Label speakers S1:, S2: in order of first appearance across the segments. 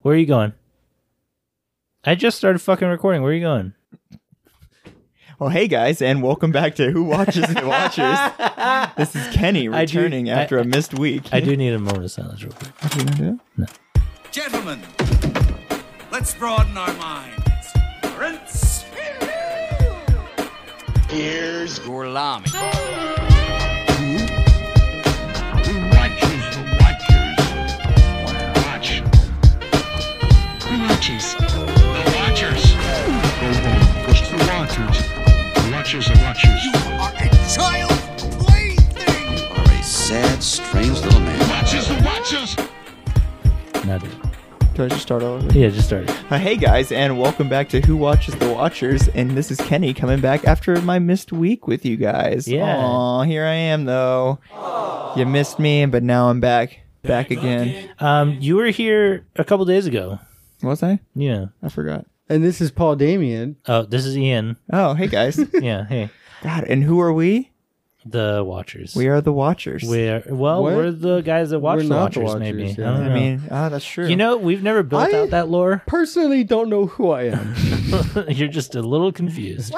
S1: Where are you going? I just started fucking recording. Where are you going?
S2: Well, hey guys, and welcome back to Who Watches and Watchers. this is Kenny
S1: I do-
S2: returning after
S1: I-
S2: a missed week.
S1: I do need a moment of silence real quick.
S3: Gentlemen, let's broaden our minds. Prince. Here's Gorlami.
S4: Watchers, the Watchers. Watch. The Watchers. The Watchers. Go home. Push the Watchers. The Watchers, the Watchers.
S3: Are a child plaything. Are a sad, strange little man.
S4: Watchers, the Watchers.
S1: Now do it.
S2: Do I just start all over?
S1: Yeah, just started.
S2: Uh, hey guys, and welcome back to Who Watches the Watchers. And this is Kenny coming back after my missed week with you guys.
S1: Yeah.
S2: Aw, here I am though. You missed me, but now I'm back. Back again.
S1: Um, you were here a couple days ago.
S2: Was I?
S1: Yeah.
S2: I forgot.
S5: And this is Paul Damien.
S1: Oh, this is Ian.
S2: Oh, hey guys.
S1: Yeah. Hey,
S2: God, and who are we?
S1: the Watchers.
S2: We are the Watchers.
S1: We're well,
S5: What?
S1: we're the guys that watch
S5: We're
S1: the
S5: not the
S1: Watchers,
S5: Watchers,
S1: maybe.
S5: yeah.
S1: I
S2: I
S1: don't know.
S2: mean, ah, that's true.
S1: you know, we've never built
S5: I-
S1: out that lore.
S5: Personally, don't know who I am.
S1: You're just a little confused.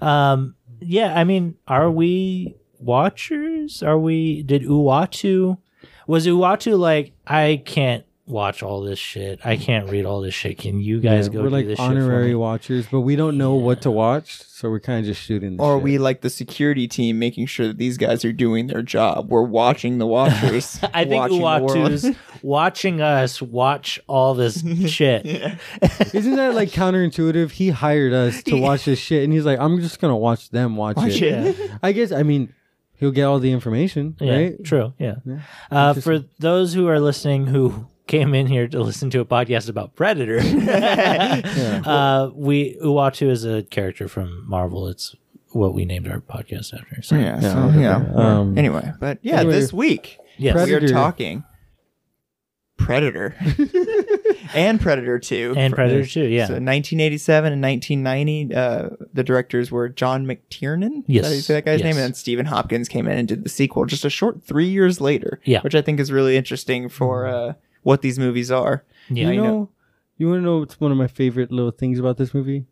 S1: Um, yeah, I mean, are we watchers? Are we? Did Uatu? Was Uatu like? I can't watch all this shit. I can't read all this shit. Can you guys
S5: Yeah,
S1: go
S5: we're
S1: do
S5: like
S1: this
S5: honorary
S1: shit for me?
S5: watchers, but we don't know what to watch, so we're kind of just shooting. The
S2: Or are
S5: shit.
S2: we like the security team making sure that these guys are doing their job? We're watching the watchers.
S1: I think
S2: watching the world.
S1: Uatu's watching us watch all this shit.
S5: Isn't that like counterintuitive? He hired us to watch this shit, and he's like, "I'm just gonna watch them watch,
S2: Watch
S5: it.
S2: it.
S5: I guess. I mean, he'll get all the information,
S1: Yeah,
S5: right?
S1: true. Yeah. Uh, for those who are listening who came in here to listen to a podcast about Predator, uh, we Uatu is a character from Marvel. It's what we named our podcast after. So
S2: Yeah. So, yeah.
S5: Um,
S2: Anyway, but yeah,
S5: Anyway,
S2: this week
S1: yes.
S5: Predator-
S2: we are talking Predator and Predator Two
S1: and
S2: For-
S1: Predator too. Yeah.
S2: So 1987 and 1990, uh, the directors were John McTiernan. Is that how you
S1: Yes.
S2: say that guy's
S1: Yes.
S2: name, and then Stephen Hopkins came in and did the sequel just a short three years later.
S1: Yeah.
S2: which I think is really interesting for uh, what these movies are.
S1: yeah.
S5: you
S2: know.
S5: know, you want to know what's one of my favorite little things about this movie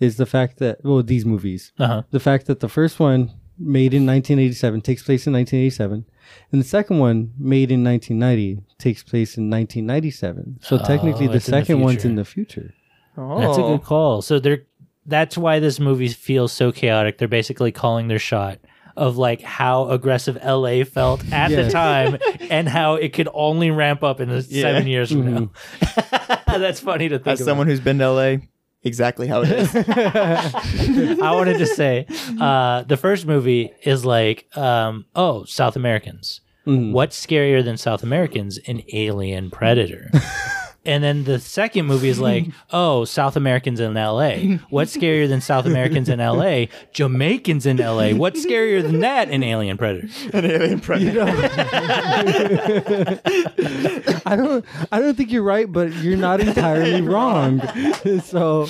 S5: is the fact that well, these movies,
S1: Uh-huh.
S5: the fact that the first one made in 1987 takes place in 1987 and the second one made in 1990 takes place in 1997 so technically
S1: Oh,
S5: the
S1: it's in the
S5: second one's
S1: future.
S5: in the future
S2: Oh,
S1: That's a good call. So they're that's why this movie feels so chaotic. They're basically calling their shot of like how aggressive LA felt at
S5: Yeah.
S1: the time and how it could only ramp up in the
S2: Yeah. Mm-hmm.
S1: seven years from now. that's funny to think.
S2: As someone who's been to LA, exactly how it is.
S1: about. I wanted to say uh, the first movie is like um, oh South Americans.
S5: Mm-hmm.
S1: What's scarier than South Americans? An alien predator. And then the second movie is like, oh, South Americans in LA. What's scarier than South Americans in LA? Jamaicans in LA. What's scarier than that? An alien predator.
S2: An alien predator.
S5: i don't i don't think you're right but you're not entirely wrong so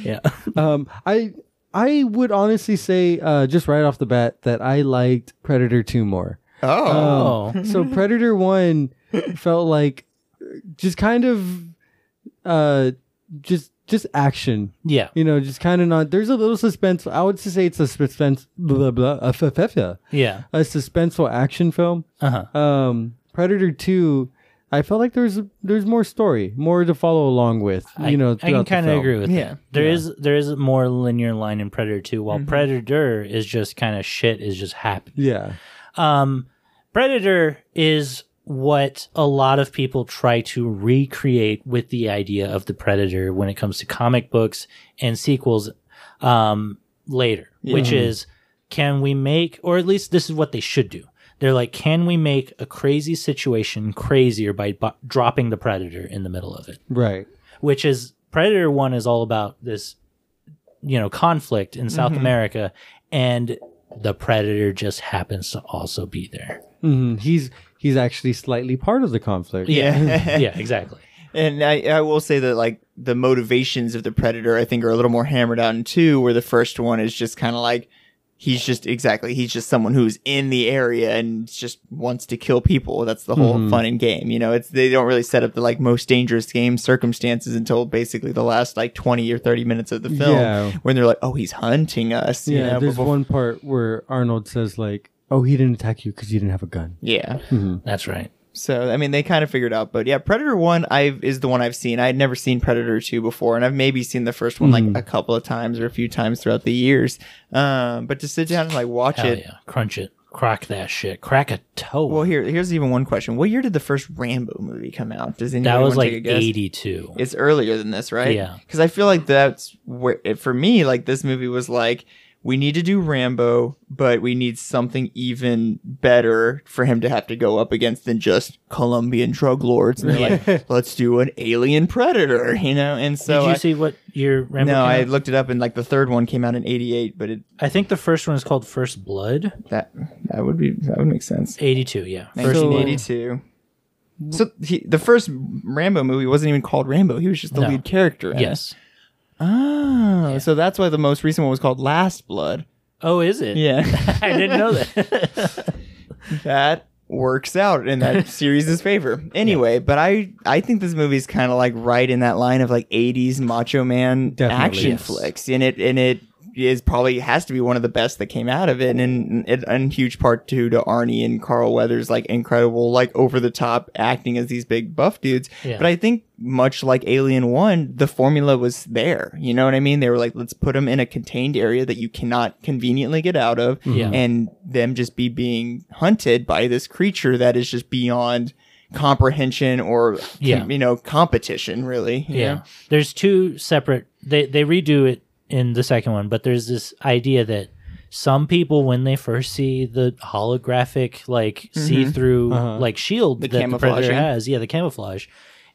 S1: Yeah.
S5: um i i would honestly say uh just right off the bat that i liked predator 2 more Um,
S2: Oh,
S5: Uh,
S1: Oh.
S5: so predator 1 felt like just kind of uh just just action
S1: Yeah.
S5: you know just kind of not there's a little suspense i would say it's a suspense blah blah a, f- f- f-
S1: Yeah.
S5: a suspenseful action film
S1: Uh-huh.
S5: um predator 2 i felt like there's there's more story more to follow along with you
S1: I-
S5: know
S1: I can
S5: throughout the
S1: kind of
S5: film.
S1: agree with
S2: Yeah.
S1: that. There is there is a more linear line in Predator 2, while Predator is just kind of shit is just happening.
S5: yeah
S1: Um, Predator is what a lot of people try to recreate with the idea of the Predator when it comes to comic books and sequels um, later, which is can we make, or at least this is what they should do. They're like, can we make a crazy situation crazier by bu- dropping the Predator in the middle of it?
S5: right
S1: which is Predator One is all about this, you know, conflict in South America, and the Predator just happens to also be there.
S5: Mhm. he's he's actually slightly part of the conflict
S1: Yeah, yeah, exactly.
S2: And I, I will say that like the motivations of the predator, I think, are a little more hammered out in two, where the first one is just kind of like he's just exactly he's just someone who's in the area and just wants to kill people. That's the
S5: Mm-hmm.
S2: whole fun and game. You know, it's they don't really set up the like most dangerous game circumstances until basically the last like twenty or thirty minutes of the film
S5: Yeah.
S2: when they're like, oh, he's hunting us. you
S5: Yeah,
S2: know,
S5: there's
S2: before-
S5: one part where Arnold says like, "Oh, he didn't attack you because you didn't have a gun."
S2: yeah.
S1: That's right.
S2: So I mean, they kind of figured out, but yeah, Predator One I is the one I've seen. I had never seen Predator Two before, and I've maybe seen the first one
S1: Hmm.
S2: like a couple of times or a few times throughout the years. Um, but to sit down and like watch
S1: Hell
S2: it,
S1: yeah. Crunch it. Crack that shit. Crack a toe.
S2: well, here here's even one question: What year did the first Rambo movie come out? Does anybody
S1: that was
S2: wanna take a
S1: like
S2: guess?
S1: 82.
S2: It's earlier than this, right?
S1: Yeah.
S2: Because I feel like that's where it, for me, like this movie was like. We need to do Rambo, but we need something even better for him to have to go up against than just Colombian drug lords. And they're like, let's do an alien predator, you know? And so
S1: Did you
S2: I,
S1: see what your Rambo?
S2: no,
S1: came
S2: I
S1: out?
S2: looked it up and like the third one came out in 88, but it,
S1: I think the first one is called First Blood.
S2: that, that would be, that would make sense.
S1: 82, yeah. First Blood.
S2: 1982. So he, the first Rambo movie wasn't even called Rambo. He was just the
S1: No.
S2: lead character. in it.
S1: Yes.
S2: Oh, so that's why the most recent one was called Last Blood.
S1: Oh, is it?
S2: Yeah.
S1: I didn't know that.
S2: that works out in that series' favor. Anyway, but I I think this movie's kind of like right in that line of like 80s macho man
S5: Definitely.
S2: action
S5: Yes.
S2: flicks and it and it is probably has to be one of the best that came out of it and and in huge part due to Arnie and Carl Weathers like incredible like over the top acting as these big buff dudes.
S1: Yeah.
S2: But I think much like Alien 1, the formula was there. You know what I mean? They were like let's put them in a contained area that you cannot conveniently get out of
S1: Yeah.
S2: and them just be being hunted by this creature that is just beyond comprehension or
S1: Yeah.
S2: you know competition really you
S1: yeah.
S2: know?
S1: There's two separate they they redo it in the second one, but there's this idea that some people when they first see the holographic like see-through
S5: Mm-hmm. Uh-huh.
S1: like shield
S2: The
S1: that the predator
S2: camouflaging.
S1: has, yeah, the camouflage,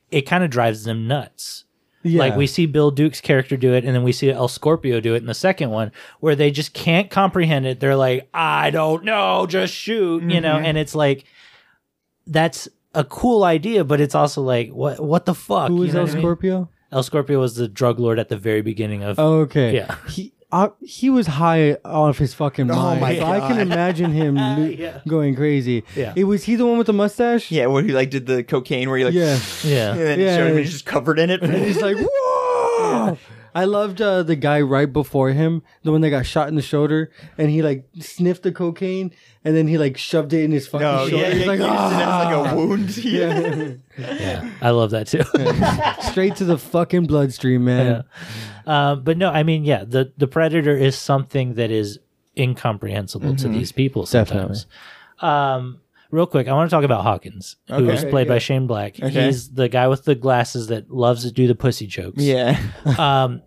S1: it kind of drives them nuts.
S5: Yeah.
S1: Like we see Bill Duke's character do it, and then we see El Scorpio do it in the second one, where they just can't comprehend it. They're like, I don't know, just shoot, you
S5: Mm-hmm.
S1: know. And it's like, that's a cool idea, but it's also like, what, what the fuck?
S5: Who
S1: you
S5: is
S1: know
S5: El
S1: what I mean?
S5: Scorpio?
S1: El Scorpio was the drug lord at the very beginning of.
S5: Oh, okay.
S1: Yeah.
S5: He uh, he was high off his fucking mind.
S2: Oh my
S5: so I can
S2: God.
S5: imagine him lo-
S1: Yeah.
S5: going crazy.
S1: Yeah.
S5: It was he the one with the mustache?
S2: yeah where he like did the cocaine where he like
S5: Yeah.
S2: and
S1: Yeah,
S2: then it
S5: Yeah.
S2: showed him he's just covered in it
S5: And he's like, "Oh, whoa! I loved uh, the guy right before him, the one that got shot in the shoulder, and he like sniffed the cocaine, and then he like shoved it in his fucking
S2: no
S5: shoulder.
S2: yeah, yeah,
S5: he's like,
S2: he used it as like
S5: "Ah!"
S2: a wound yeah.
S1: yeah, I love that too.
S5: straight to the fucking bloodstream, man.
S1: Uh, but no, I mean, yeah, the the predator is something that is incomprehensible
S2: Mm-hmm.
S1: to these people sometimes. Um, real quick, I want to talk about Hawkins, who
S2: Okay.
S1: was played by Shane Black.
S2: Okay.
S1: He's the guy with the glasses that loves to do the pussy jokes.
S2: yeah
S1: Um,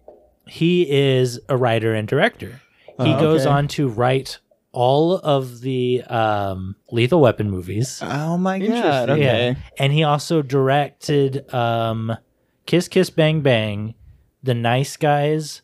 S1: he is a writer and director. He goes
S2: Oh, okay.
S1: on to write all of the um, Lethal Weapon movies.
S2: oh my god
S5: Interesting.
S2: okay
S1: And he also directed um, Kiss Kiss Bang Bang, The Nice Guys,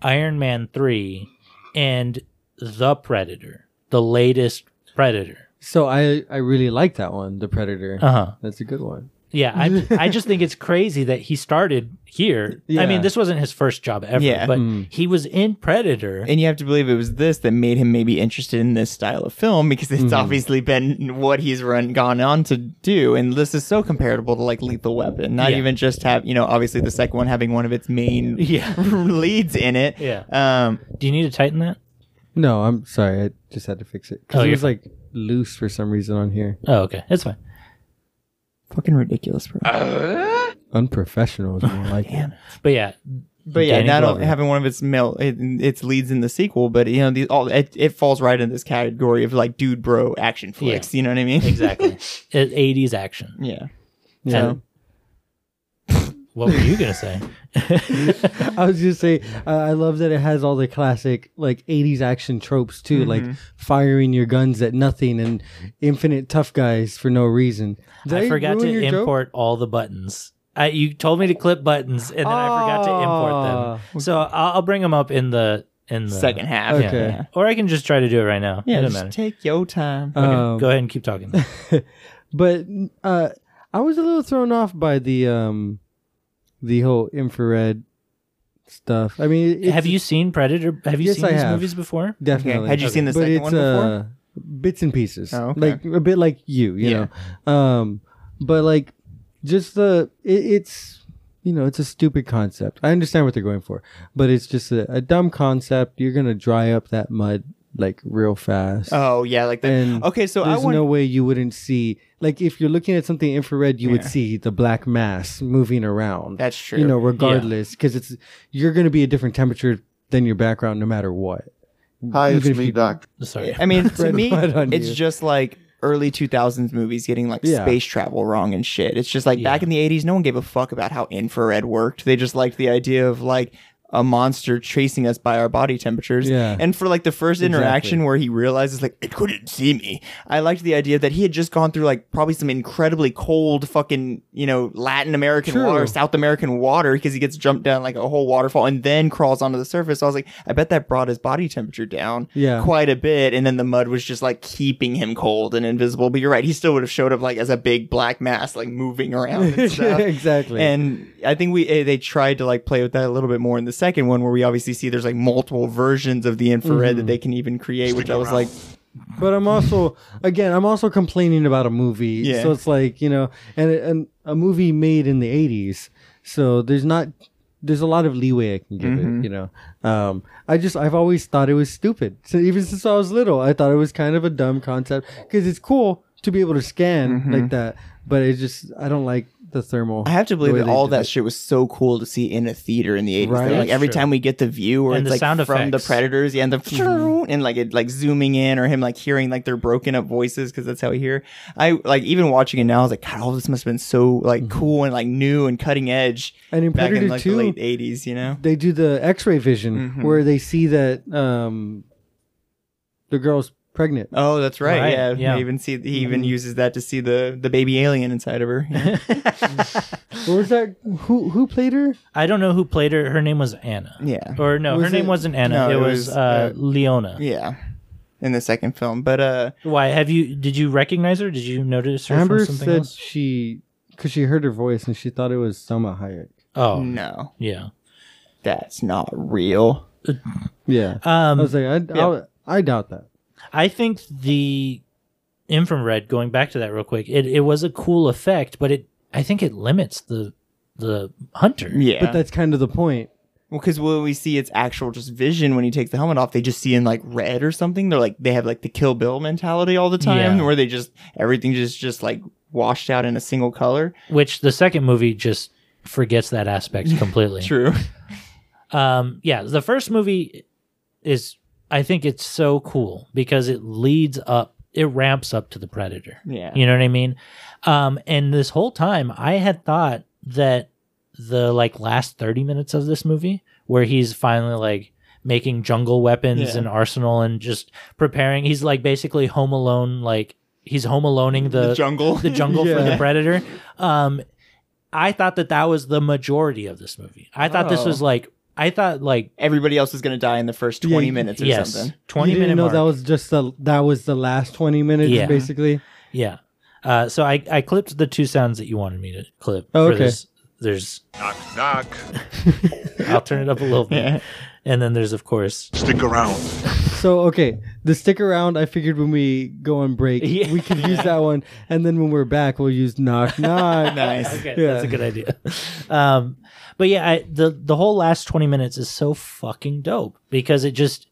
S1: Iron Man 3, and The Predator, the latest Predator.
S5: So I I really like that one, the Predator.
S1: Uh
S2: Uh-huh.
S1: huh.
S5: That's a good one.
S1: Yeah, I, I just think it's crazy that he started here. I
S5: Yeah.
S1: mean, this wasn't his first job ever,
S2: Yeah. Hmm.
S1: but he was in Predator.
S2: and you have to believe it was this that made him maybe interested in this style of film because it's obviously been what he's run gone on to do and this is so comparable to like lethal weapon not
S1: Yeah.
S2: even just have you know obviously the second one having one of its main
S1: Yeah.
S2: leads in it
S1: Yeah.
S2: um
S1: Do you need to tighten that?
S5: No, I'm sorry. I just had to fix it
S1: Oh,
S5: because it
S1: you're
S5: was like loose for some reason on here.
S1: Oh, okay. That's fine.
S2: fucking ridiculous bro
S5: Unprofessional is
S1: Oh,
S5: more like it.
S1: But yeah,
S2: but yeah
S1: Danny
S2: not
S1: Glover.
S2: only having one of its male it, its leads in the sequel but you know these all it, it falls right in this category of like dude bro action flicks you know what i mean
S1: exactly. It- 80s action.
S2: yeah
S5: Yeah.
S1: And- what were you going to say?
S5: I was just saying, uh, I love that it has all the classic like '80s action tropes too,
S1: Mm-hmm.
S5: like firing your guns at nothing and infinite tough guys for no reason. Did
S1: I forgot
S5: ruin
S1: to
S5: your joke?
S1: import all the buttons. I, you told me to clip buttons, and then I forgot to import
S5: Ah.
S1: them. So I'll, I'll bring them up in the in the
S2: second half
S5: Okay.
S2: yeah,
S1: Yeah. Or I can just try to do it right now.
S2: yeah
S1: it doesn't
S2: just
S1: matter.
S2: take your time
S5: Um,
S1: Go ahead and keep talking.
S5: but uh, I was a little thrown off by the um, the whole infrared stuff. I mean, it's
S1: have you seen Predator? Have you
S5: Yes,
S1: seen
S5: I
S1: these
S5: have.
S1: movies before?
S5: definitely?
S2: Had you seen the
S5: but
S2: second
S5: it's
S2: one before?
S5: uh, bits and pieces,
S2: Oh, okay.
S5: like a bit like you, you
S2: Yeah.
S5: know. Um, but like just the it, it's you know it's a stupid concept. I understand what they're going for, but it's just a, a dumb concept. You're gonna dry up that mud like real fast.
S2: Oh yeah, like that.
S5: And
S2: Okay, so I
S5: There's
S2: want.
S5: no way you wouldn't see like if you're looking at something infrared, you would
S2: Yeah.
S5: see the black mass moving around.
S2: that's true.
S5: You know, regardless, because it's you're going to be a different temperature than your background, no matter what.
S6: Hi,
S5: Even if
S6: it's me,
S5: you-
S6: Doc.
S1: Sorry.
S2: I mean, to
S5: Red
S2: me,
S5: light on
S2: it's
S5: you.
S2: just like early 2000s movies getting like
S5: Yeah.
S2: space travel wrong and shit. It's just like back
S1: Yeah.
S2: in the 80s, no one gave a fuck about how infrared worked. They just liked the idea of like a monster chasing us by our body temperatures.
S5: Yeah.
S2: And for like the first interaction
S5: Exactly.
S2: where he realizes like it couldn't see me, I liked the idea that he had just gone through like probably some incredibly cold fucking, you know, Latin American
S5: True.
S2: water, South American water because he gets jumped down like a whole waterfall and then crawls onto the surface. So I was like, I bet that brought his body temperature down
S5: Yeah.
S2: quite a bit, and then the mud was just like keeping him cold and invisible. But you're right, he still would have showed up like as a big black mass, like moving around and stuff.
S5: exactly.
S2: And I think we eh, they tried to like play with that a little bit more in the second one, where we obviously see there's like multiple versions of the infrared
S5: Mm-hmm.
S2: that they can even create, which I was like,
S5: but I'm also again, I'm also complaining about a movie.
S2: Yeah.
S5: So it's like you know, and, and a movie made in the '80s. So there's not there's a lot of leeway I can give
S2: Mm-hmm.
S5: it. You know, um, I just I've always thought it was stupid. So even since I was little, I thought it was kind of a dumb concept because it's cool to be able to scan like that, but it's just I don't like the thermal.
S2: Mm-hmm. I have to believe
S5: the way
S2: that
S5: they
S2: all
S5: did
S2: that
S5: it.
S2: shit was so cool to see in a theater in the 80s. They're
S5: Right.
S2: Like
S1: That's
S2: every
S1: true.
S2: time we get the view or
S1: And
S2: it's
S1: the
S2: like
S1: sound
S2: from
S1: effects.
S2: the predators, yeah, and the and like it like zooming in or him like hearing like their broken up voices because that's how we hear. I like even watching it now, I was like, God, all this must have been so like cool and like new and cutting edge
S5: Mm-hmm. And in
S2: back
S5: Predator
S2: in like
S5: 2,
S2: the late 80s, you know?
S5: they do the X-ray vision
S2: Mm-hmm.
S5: where they see that um, the girl's pregnant.
S2: Oh, that's right.
S1: Right,
S2: Yeah,
S1: yeah.
S2: They even see he even
S5: Mm-hmm.
S2: uses that to see the the baby alien inside of her. Yeah.
S5: What was that? Who who played her?
S1: I don't know who played her. Her name was Anna.
S2: Yeah.
S1: Or no,
S5: Was
S1: her name
S5: it-
S1: wasn't Anna.
S2: no,
S1: it,
S2: it
S1: was,
S2: was,
S1: uh,
S2: uh,
S1: Leona.
S2: yeah. In the second film, but uh
S1: Why have you? Did you recognize her? Did you notice her
S5: Amber
S1: from something
S5: said
S1: else?
S5: she because she heard her voice and she thought it was Selma Hayek.
S1: Oh
S2: no,
S1: yeah.
S2: that's not real.
S5: Yeah, I
S1: Um,
S5: was like, I, I'll- I doubt that.
S1: I think the infrared. Going back to that real quick, it, it was a cool effect, but it I think it limits the the hunter.
S2: Yeah.
S5: But that's kind of the point.
S2: Well, because when we see its actual just vision when he takes the helmet off, they just see in like red or something. They're like they have like the Kill Bill mentality all the time,
S1: Yeah.
S2: where they just everything just just like washed out in a single color.
S1: Which the second movie just forgets that aspect completely.
S2: True.
S1: um yeah the first movie is i think it's so cool because it leads up it ramps up to the predator
S2: Yeah.
S1: you know what i mean um and this whole time i had thought that the like last 30 minutes of this movie where he's finally like making jungle weapons
S2: Yeah.
S1: and arsenal and just preparing he's like basically home alone like he's home aloneing the,
S2: The jungle.
S1: the jungle for the
S5: Yeah.
S1: predator um i thought that that was the majority of this movie i thought this
S2: Oh.
S1: was like i thought like
S2: Everybody else is gonna die in the first twenty
S5: Yeah,
S2: minutes or
S1: yes
S2: something.
S1: 20
S5: you didn't
S1: minute
S5: know
S1: mark.
S5: that was just the that was the last twenty minutes,
S1: Yeah.
S5: basically.
S1: yeah uh so i i clipped the two sounds that you wanted me to clip
S5: Oh,
S1: for
S5: okay.
S1: this. there's
S4: Knock, knock.
S1: i'll turn it up a little bit and then there's of course
S4: Stick around.
S5: So okay, the stick around. I figured when we go on break,
S1: Yeah.
S5: we could use that one, and then when we're back, we'll use knock knock.
S2: Nice.
S1: okay
S5: Yeah.
S1: that's a good idea um but yeah I, the the whole last 20 minutes is so fucking dope because it just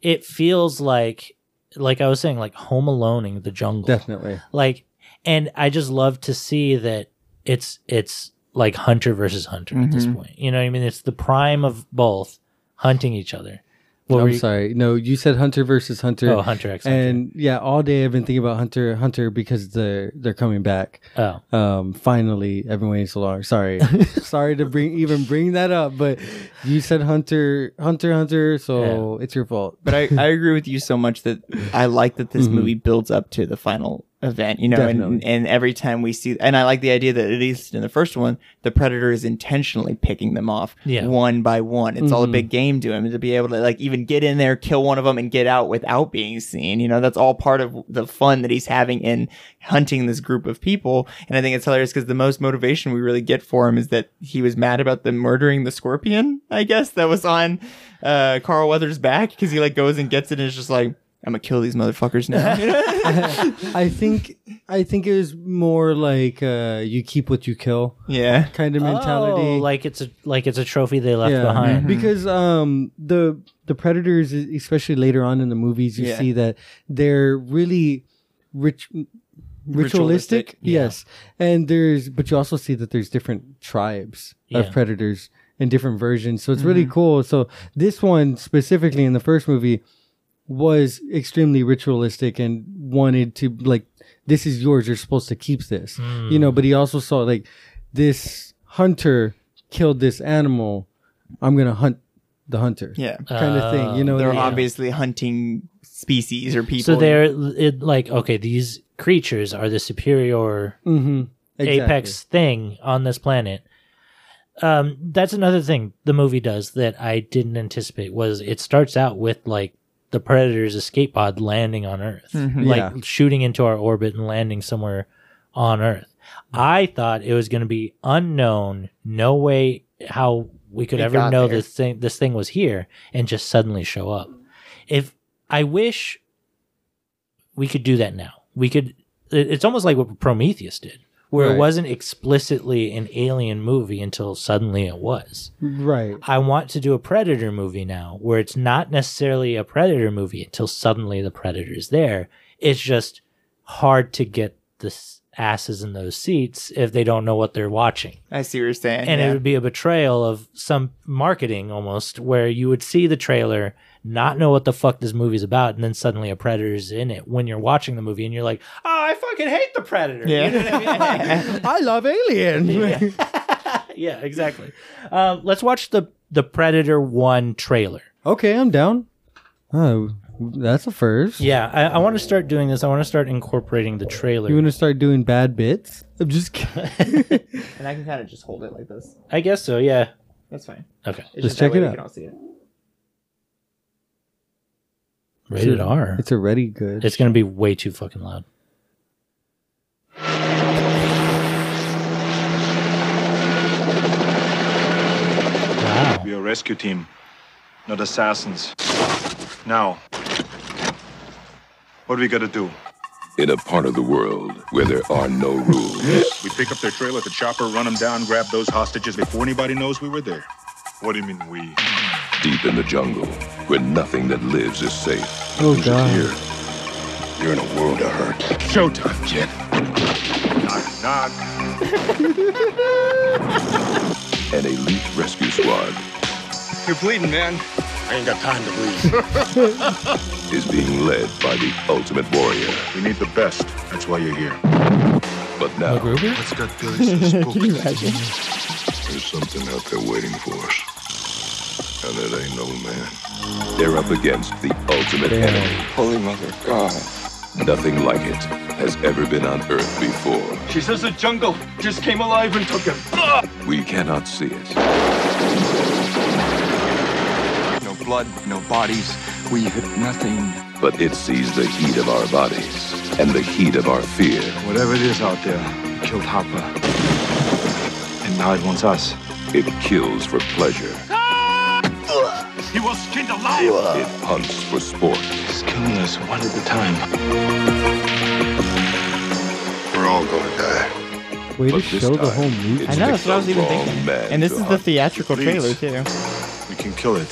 S1: it feels like like i was saying like home aloneing the jungle
S5: Definitely.
S1: like and i just love to see that it's it's like hunter versus hunter at
S5: Mm-hmm.
S1: this point you know what i mean it's the prime of both hunting each other What were
S5: I'm
S1: you-
S5: sorry. No, you said Hunter versus Hunter.
S1: oh hunter x hunter.
S5: and yeah, all day I've been thinking about Hunter Hunter because they're they're coming back.
S1: oh
S5: Um, finally, I've been waiting so long. Sorry, sorry to bring even bring that up, but you said Hunter Hunter Hunter, so it's your fault.
S2: But I, I agree with you so much that I like that this movie builds up to the final event, you know, and,
S5: Mm-hmm. Definitely.
S2: and every time we see, and I like the idea that at least in the first one, the predator is intentionally picking them off
S1: Yeah.
S2: one by one. It's all a big game to him to be able to like even get in there, kill one of them and get out without being seen. You know, that's all part of the fun that he's having in hunting this group of people. And I think it's hilarious because the most motivation we really get for him is that he was mad about them murdering the scorpion, I guess, that was on uh, Carl Weathers back because he like goes and gets it and is just like, I'm gonna kill these motherfuckers now.
S5: I think I think it was more like uh, you keep what you kill
S2: yeah.
S5: kind of mentality.
S1: Oh, like it's a like it's a trophy they left
S2: Mm-hmm.
S1: behind.
S5: because um the the predators e, especially later on in the movies you
S2: Yeah.
S5: see that they're really rich ritualistic,
S2: Ritualistic,
S5: yes and there's but you also see that there's different tribes
S1: Yeah.
S5: of predators and different versions so it's really
S2: Mm-hmm.
S5: cool so this one specifically in the first movie was extremely ritualistic and wanted to like this is yours you're supposed to keep this you
S2: Mm.
S5: know but he also saw like this hunter killed this animal i'm gonna hunt the hunter
S2: Yeah.
S5: kind of thing you know
S2: They're
S5: yeah.
S2: obviously hunting species or people.
S1: So they're it, like, okay, these creatures are the superior
S5: Mhm. Exactly.
S1: apex thing on this planet. Um, that's another thing the movie does that I didn't anticipate was it starts out with like the predator's escape pod landing on Earth,
S2: Mm-hmm.
S1: like
S5: Yeah.
S1: shooting into our orbit and landing somewhere on Earth. I thought it was going to be unknown, no way how we could
S2: It
S1: ever
S2: got
S1: know
S2: there.
S1: this thing this thing was here and just suddenly show up. If I wish we could do that now. We could. it- It's almost like what Prometheus did, where
S5: Right.
S1: it wasn't explicitly an alien movie until suddenly it was.
S5: right
S1: I want to do a Predator movie now, where it's not necessarily a Predator movie until suddenly the Predator's there. It's just hard to get the s- asses in those seats if they don't know what they're watching
S2: I see what you're saying.
S1: and
S2: yeah.
S1: it would be a betrayal of some marketing almost where you would see the trailer not know what the fuck this movie's about and then suddenly a predator's in it when you're watching the movie and you're like oh i fucking hate the predator
S2: Yeah.
S1: You know what I mean?
S5: i love alien
S1: yeah exactly um, let's watch the the predator one trailer
S5: okay i'm down oh that's a first
S1: yeah i, I want to start doing this i want to start incorporating the trailer
S5: you want to start doing bad bits i'm just kidding
S2: and I can kind of just hold it like this.
S1: i guess so yeah
S2: That's fine.
S1: okay
S2: It's
S5: Let's
S2: just that
S5: check
S2: way
S5: it
S2: we
S5: out.
S2: can all see it.
S1: rated r
S5: it's already good
S1: it's gonna be way too fucking loud wow
S6: We are a rescue team, not assassins. Now, what we gotta do?
S7: in a part of the world where there are no rules.
S6: We pick up their trailer at the chopper, run them down, grab those hostages before anybody knows we were there. What do you mean we?
S7: Deep in the jungle, where nothing that lives is safe.
S5: Oh, God.
S7: Here, you're in a world of hurt. Showtime, kid.
S6: Knock, knock.
S7: An elite rescue squad
S6: You're bleeding, man. I ain't got time to bleed.
S7: is being led by the ultimate warrior.
S6: we need the best. That's why you're here.
S7: But now,
S1: MacGruber?
S6: What's got Billy so spooked?
S7: there's something out there waiting for us. And it ain't no man. They're up against the ultimate enemy.
S3: Holy mother of God.
S7: Nothing like it has ever been on Earth before.
S6: She says the jungle just came alive and took him.
S7: We cannot see it,
S3: No blood, no bodies. We have nothing.
S7: but it sees the heat of our bodies and the heat of our fear.
S6: Whatever it is out there, it killed Hopper. And now it wants us.
S7: It kills for pleasure.
S6: He was skinned alive!
S7: It hunts for sport.
S6: He's killing us one at a time.
S7: We're all gonna die.
S5: way to
S7: But this
S5: show the
S7: time,
S5: whole movie
S7: it's
S2: I know,
S7: the
S2: that's what I was even
S7: wrong
S2: thinking.
S7: man
S2: And this
S7: to
S2: is the
S7: hunt.
S2: theatrical trailer
S6: Please.
S2: too.
S6: We can kill it.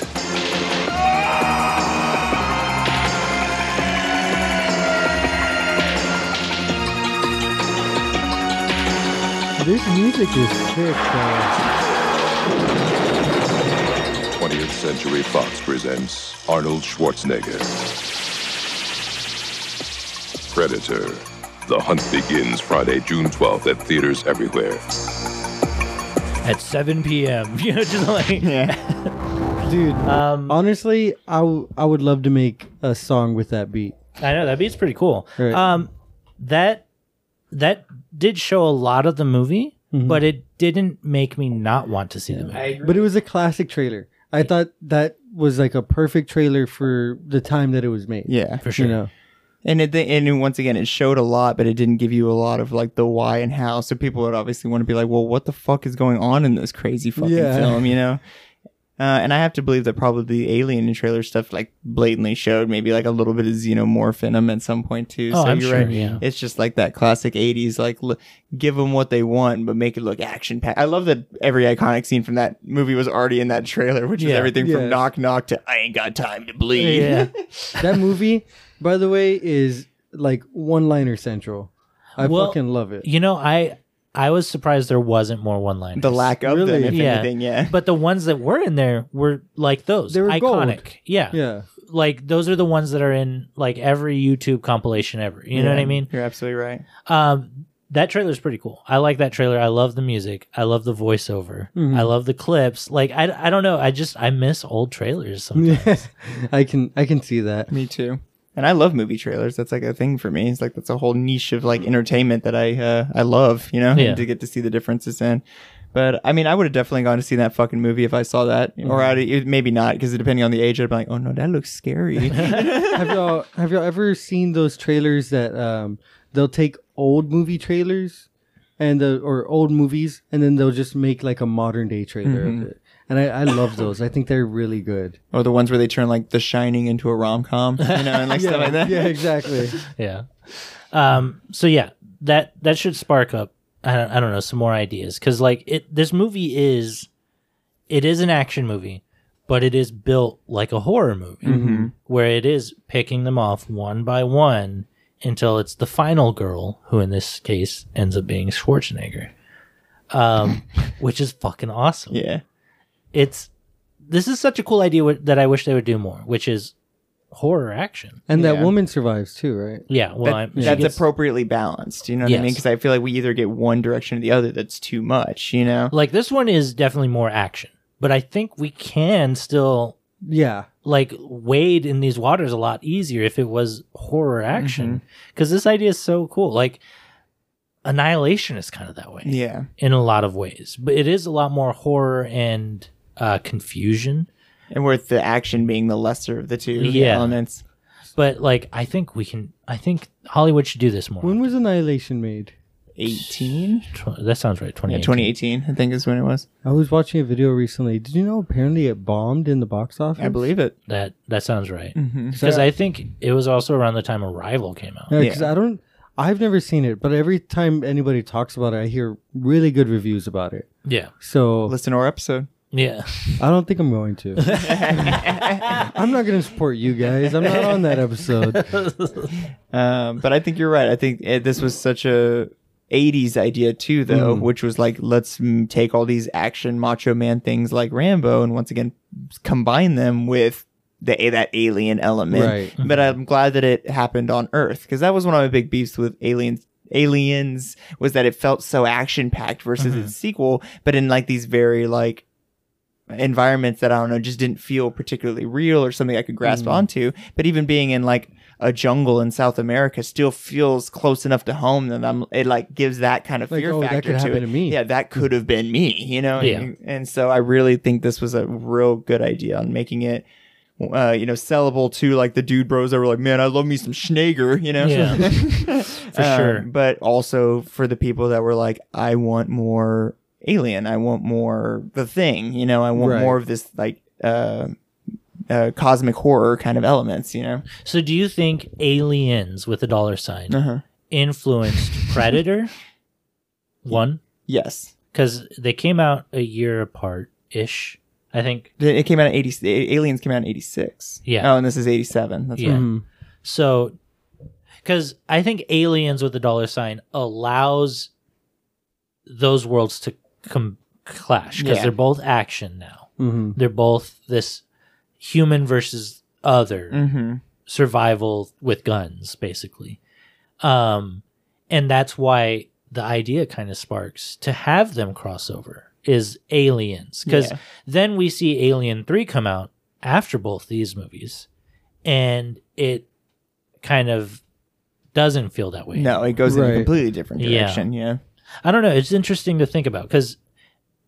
S5: this music is sick though.
S7: 20th Century Fox presents Arnold Schwarzenegger. Predator. The hunt begins Friday, June 12th at theaters everywhere.
S1: at 7 p.m. You know, just like
S2: Yeah.
S5: dude
S1: um,
S5: Honestly, I, w- I would love to make a song with that beat.
S1: I know that beat's pretty cool.
S5: Right.
S1: Um, that that did show a lot of the movie, but it didn't make me not want to see the movie.
S5: But it was a classic trailer. I thought that was like a perfect trailer for the time that it was made.
S2: Yeah.
S1: for sure.
S5: You know,
S2: And it and it- once again, it showed a lot, but it didn't give you a lot of like the why and how. So people would obviously want to be like, "Well, what the fuck is going on in this crazy fucking
S5: Yeah.
S2: film?" You know. Uh, and I have to believe that probably the alien trailer stuff like blatantly showed maybe like a little bit of xenomorph in them at some point too.
S1: Oh,
S2: so
S1: I'm
S2: you're
S1: sure,
S2: right.
S1: yeah.
S2: It's just like that classic '80s like l- give them what they want, but make it look action packed. I love that every iconic scene from that movie was already in that trailer, which is
S1: Yeah.
S2: everything
S5: Yeah.
S2: from knock knock to I ain't got time to bleed.
S1: Yeah.
S5: that movie, by the way, is like one liner central. I
S1: Well,
S5: fucking love it.
S1: You know, I I was surprised there wasn't more one liners.
S2: The lack of them,
S5: Really?
S2: if
S1: Yeah.
S2: anything, yeah.
S1: but the ones that were in there were like those.
S5: They were
S1: iconic.
S5: gold.
S1: Yeah.
S5: Yeah.
S1: Like those are the ones that are in like every YouTube compilation ever. You know what I
S2: Yeah,
S1: mean?
S2: You're absolutely right.
S1: Um that trailer's pretty cool. I like that trailer. I love the music. I love the voiceover. I love the clips. Like I, I don't know. I just I miss old trailers sometimes.
S5: I can I can see that.
S2: Me too. And I love movie trailers. That's like a thing for me. It's like that's a whole niche of like entertainment that I uh, I love, you know,
S1: Yeah.
S2: to get to see the differences in. But I mean, I would have definitely gone to see that fucking movie if I saw that,
S1: Mm-hmm.
S2: or I'd, it- maybe not because depending on the age, I'd be like, oh no, that looks scary.
S5: have y'all have y'all ever seen those trailers that um they'll take old movie trailers and the or old movies and then they'll just make like a modern day trailer of it. And I, I love those. I think they're really good.
S2: or the ones where they turn like The Shining into a rom com, you know, and like stuff like that.
S5: yeah, exactly.
S1: yeah. Um. So yeah, that that should spark up. I don't, I don't know some more ideas because like it this movie is, it is an action movie, but it is built like a horror movie
S2: Mm-hmm.
S1: where it is picking them off one by one until it's the final girl who in this case ends up being Schwarzenegger, um, which is fucking awesome
S2: Yeah.
S1: it's this is such a cool idea w- that I wish they would do more, which is horror action.
S5: And that
S2: Yeah.
S5: woman survives too, right?
S1: Yeah, well,
S2: That-
S1: I'm,
S2: that's appropriately balanced. You know what I mean?
S1: Yes.
S2: Because I feel like we either get one direction or the other. That's too much. You know.
S1: like this one is definitely more action, but I think we can still
S5: Yeah.
S1: like wade in these waters a lot easier if it was horror action because this idea is so cool. Like Annihilation is kind of that way
S2: Yeah.
S1: in a lot of ways, but it is a lot more horror and uh, confusion.
S2: And with the action being the lesser of the two
S1: Yeah.
S2: elements.
S1: But like, I think we can. I think Hollywood should do this more.
S5: When was Annihilation made?
S2: 18
S1: Tw- that sounds right.
S2: yeah
S1: 2018.
S2: 2018 i think is when it was
S5: I was watching a video recently. Did you know apparently it bombed in the box office?
S2: i believe it
S1: That that sounds right.
S5: So-
S1: Because I think it was also around the time Arrival came out.
S5: Yeah, because I don't. I've never seen it, but every time anybody talks about it, I hear really good reviews about it.
S1: Yeah.
S5: So
S2: listen to our episode
S1: Yeah.
S5: I don't think I'm going to. I'm not going to support you guys. I'm not on that episode.
S2: um but i think you're right i think eh, this was such a 80s idea too though which was like let's mm, take all these action macho man things like rambo and once again combine them with the eh, that alien element
S5: Right.
S2: but i'm glad that it happened on earth because that was one of my big beefs with aliens aliens was that it felt so action packed versus its sequel but in like these very like environments that I don't know just didn't feel particularly real or something I could grasp
S5: Mm.
S2: onto. But even being in like a jungle in South America still feels close enough to home that I'm it like gives that kind of
S5: Like,
S2: fear
S5: oh, that
S2: factor
S5: could
S2: to
S5: happen
S2: it.
S5: to me.
S2: Yeah, that could have been me, you know?
S1: Yeah.
S2: And, and so I really think this was a real good idea on making it uh, you know, sellable to like the dude bros that were like, Man, I love me some Schneger, you know?
S1: Yeah. For
S2: Um,
S1: sure.
S2: But also for the people that were like, I want more alien. I want more the thing. You know, I want
S5: Right.
S2: more of this like uh, uh, cosmic horror kind of elements. You know,
S1: So do you think aliens with a dollar sign influenced Predator? One?
S2: yes.
S1: Because they came out a year apart ish, I think.
S2: It it came out in eighty. A- Aliens came out in eighty six.
S1: Yeah.
S2: Oh, and this is eighty seven. That's
S1: Yeah.
S2: right.
S5: Mm-hmm.
S1: So, because I think aliens with a dollar sign allows those worlds to com- clash because
S2: Yeah.
S1: they're both action now.
S5: Mhm.
S1: They're both this human versus other
S2: Mm-hmm.
S1: survival with guns, basically. Um, and that's why the idea kind of sparks to have them cross over is aliens. Because
S2: Yeah.
S1: then we see Alien 3 come out after both these movies, and it kind of doesn't feel that way.
S2: No, it goes in a
S5: Right.
S2: completely different
S1: Yeah.
S2: direction. Yeah.
S1: I don't know. It's interesting to think about because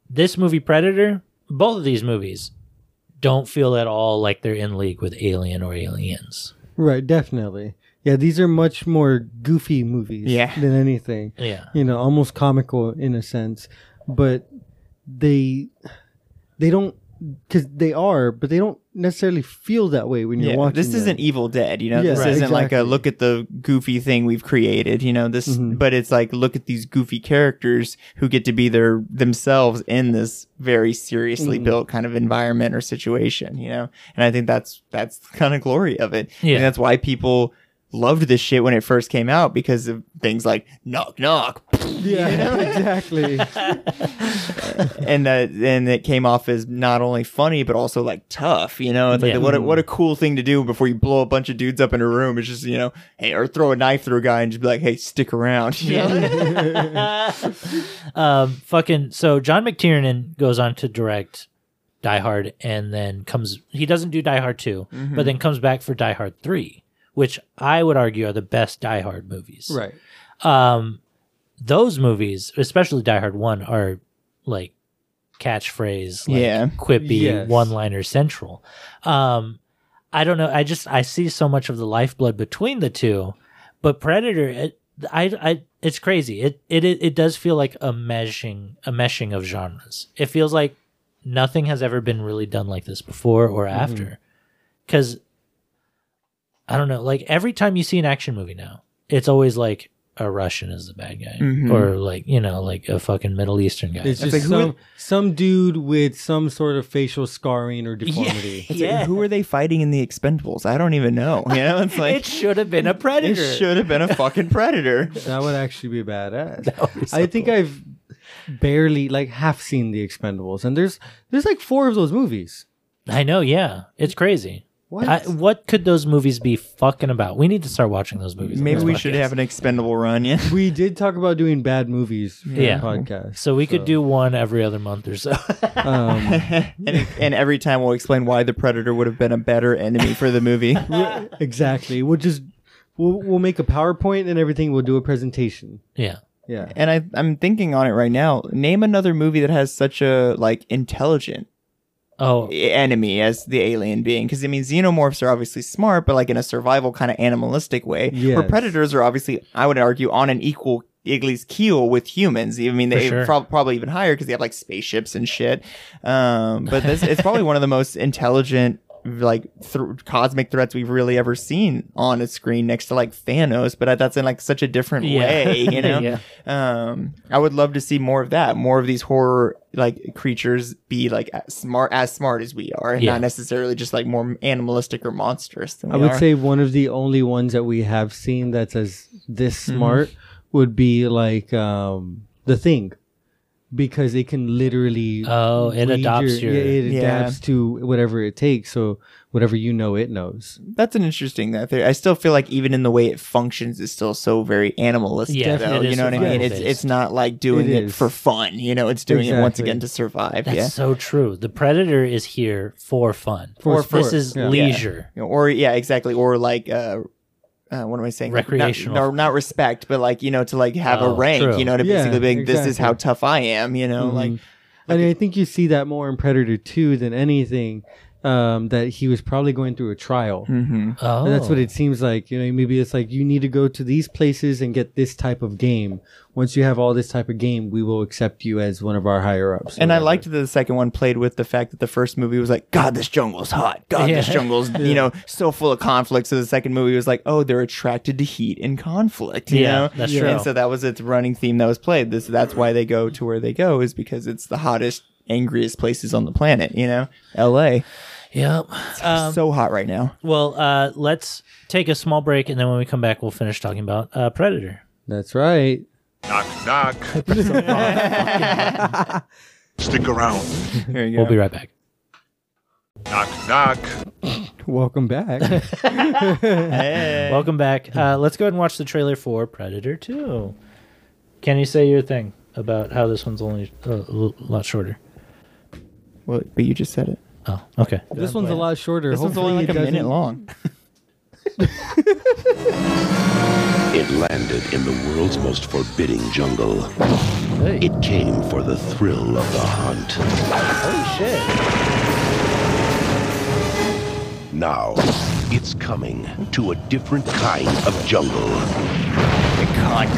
S1: this movie, Predator, both of these movies don't feel at all like they're in league with Alien or Aliens.
S5: Right, definitely. Yeah, these are much more goofy movies
S2: Yeah.
S5: than anything.
S1: Yeah.
S5: You know, almost comical in a sense, but they they don't cuz they are, but they don't necessarily feel that way when you're
S2: yeah.
S5: watching
S2: This
S5: them.
S2: isn't Evil Dead, you know.
S5: Yeah,
S2: this
S5: right,
S2: isn't like a
S5: exactly. Mm-hmm.
S2: look at the goofy thing we've created, you know. This, but it's like look at these goofy characters who get to be their themselves in this very seriously
S5: Mm-hmm.
S2: built kind of environment or situation, you know. And I think that's that's the kind of glory of it.
S1: Yeah.
S2: and that's why people loved this shit when it first came out because of things like knock knock
S5: Yeah, exactly.
S2: and that and it came off as not only funny but also like tough. You know, it's like
S1: Yeah. Mm-hmm.
S2: what a, what a cool thing to do before you blow a bunch of dudes up in a room. It's just you know, hey, or throw a knife through a guy and just be like, hey, stick around. you know?
S1: um, fucking. So John McTiernan goes on to direct Die Hard, and then comes. He doesn't do Die Hard 2 but then comes back for Die Hard three, which I would argue are the best Die Hard movies.
S5: right.
S1: Um, those movies, especially Die Hard one, are like catchphrase, like
S2: Yeah.
S1: quippy
S5: Yes.
S1: one liner central. Um, I don't know. I just I see so much of the lifeblood between the two, but Predator, it, I, I, it's crazy. It, it, it, it does feel like a meshing, a meshing of genres. It feels like nothing has ever been really done like this before or
S2: Mm-hmm.
S1: after, because I don't know. Like every time you see an action movie now, it's always like a Russian is the bad guy, or like you know, like a fucking Middle Eastern guy.
S5: It's
S2: Mm-hmm. It's
S5: just
S2: like, who
S5: some
S2: would-
S5: some dude with some sort of facial scarring or deformity.
S1: yeah.
S2: Who are they fighting in the Expendables? I don't even know. You know, it's like
S1: it should have been a
S2: it
S1: predator.
S2: should have been a fucking predator.
S5: That would actually be badass. I think I've barely like half seen the Expendables, and there's there's like four of those movies.
S1: I know, yeah. It's crazy.
S5: What?
S1: I, what could those movies be fucking about? We need to start watching those movies. on
S2: Maybe
S1: this
S2: we
S1: podcast.
S2: should have an Expendable run. Yeah.
S5: we did talk about doing bad movies for
S1: Yeah.
S5: the podcast.
S1: So we could do one every other month or so.
S5: um,
S2: And, and every time we'll explain why the predator would have been a better enemy for the movie.
S5: exactly. We'll just we'll, we'll make a PowerPoint and everything. We'll do a presentation.
S1: yeah.
S5: Yeah.
S2: and I, I'm thinking on it right now. Name another movie that has such a like intelligent
S1: Oh,
S2: e-, enemy as the alien being because i mean xenomorphs are obviously smart but like in a survival kind of animalistic way where
S5: Yes.
S2: predators are obviously i would argue on an equal Igley's keel with humans. I mean, they
S1: sure.
S2: prob- probably even higher because they have like spaceships and shit. Um, but this it's probably one of the most intelligent like th- cosmic threats we've really ever seen on a screen next to like Thanos. But uh, that's in like such a different
S1: Yeah.
S2: way, you know.
S1: Yeah.
S2: Um, I would love to see more of that. More of these horror like creatures be like as smart as smart as we are, and
S1: Yeah.
S2: not necessarily just like more animalistic or monstrous. Than
S5: I
S2: we
S5: would
S2: are.
S5: say one of the only ones that we have seen that's as this
S1: Hmm.
S5: smart would be like um, the thing, because it can literally
S1: Oh, it
S5: read
S1: adopts your-
S5: yeah, it
S2: Yeah.
S5: adapts to whatever it takes. So whatever you know, it knows.
S2: that's an interesting that there. I still feel like even in the way it functions is still so very animalistic.
S1: Yeah,
S2: though,
S1: it is
S2: you know what I mean? It's
S1: survival-based.
S2: it's not like doing
S5: It
S2: it,
S5: is.
S2: for fun. You know, it's doing it once
S5: Exactly.
S2: again to survive.
S1: that's
S2: yeah.
S1: so true. The predator is here for fun.
S5: For
S1: this
S5: sport,
S1: is
S5: yeah.
S1: leisure.
S2: You know, or yeah, exactly. Or like, uh, uh, what am I saying? Like, not-
S1: Recreational.
S2: Not, not respect, but like you know, to like have
S1: Oh,
S2: a rank.
S1: true. Mm-hmm.
S2: You know, to
S5: Yeah,
S2: basically be like, this is
S5: exactly.
S2: how tough I am. You know, like
S5: I mean, I think you see that more in Predator Two than anything. Um, that he was probably going through a trial.
S1: Oh,
S5: And that's what it seems like. You know, maybe it's like you need to go to these places and get this type of game. Once you have all this type of game, we will accept you as one of our higher ups.
S2: And I liked that the second one played with the fact that the first movie was like, God, this jungle's hot. God, this
S1: Yeah.
S2: jungle's, you know, so full of conflict. So the second movie was like, oh, they're attracted to heat and conflict. You
S1: Yeah,
S2: know?
S1: that's true.
S2: And so that was its running theme that was played. This That's why they go to where they go, is because it's the hottest, angriest places on the planet, you know? LA.
S1: Yep. Um,
S2: so hot right now.
S1: well, uh, let's take a small break, and then when we come back, we'll finish talking about uh, Predator.
S5: That's right.
S6: Knock, knock. Stick around.
S2: Here you go.
S1: We'll be right back.
S6: Knock, knock.
S5: Welcome back.
S1: Welcome back. Uh, let's go ahead and watch the trailer for Predator 2. Can you say your thing about how this one's only uh, a l- lot shorter?
S2: Well, but you just said it.
S1: Oh, okay.
S5: this one's a lot shorter.
S2: This one's
S5: Hopefully
S2: only like
S5: it
S2: a minute
S5: doesn't-
S2: long.
S8: It landed in the world's most forbidding jungle. It came for the thrill of the hunt.
S1: Holy shit.
S8: Now, it's coming to a different kind of jungle.
S2: The cock.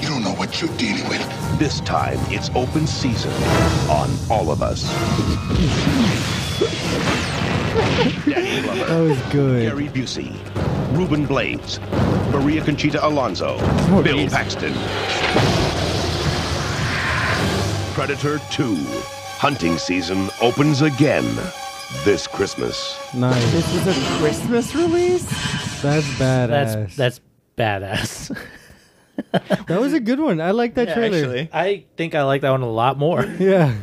S7: You don't know what you're dealing with.
S8: This time, it's open season on all of us. Danny Glover,
S5: That was good.
S8: Gary Busey, Ruben Blades, Maria Conchita Alonso, Bill Paxton. Predator 2. Hunting season opens again this Christmas.
S5: Nice.
S2: This is a Christmas release?
S5: That's badass.
S1: That's that's badass.
S5: that was a good one. I like that trailer.
S2: Actually.
S1: I think I like that one a lot more.
S5: Yeah.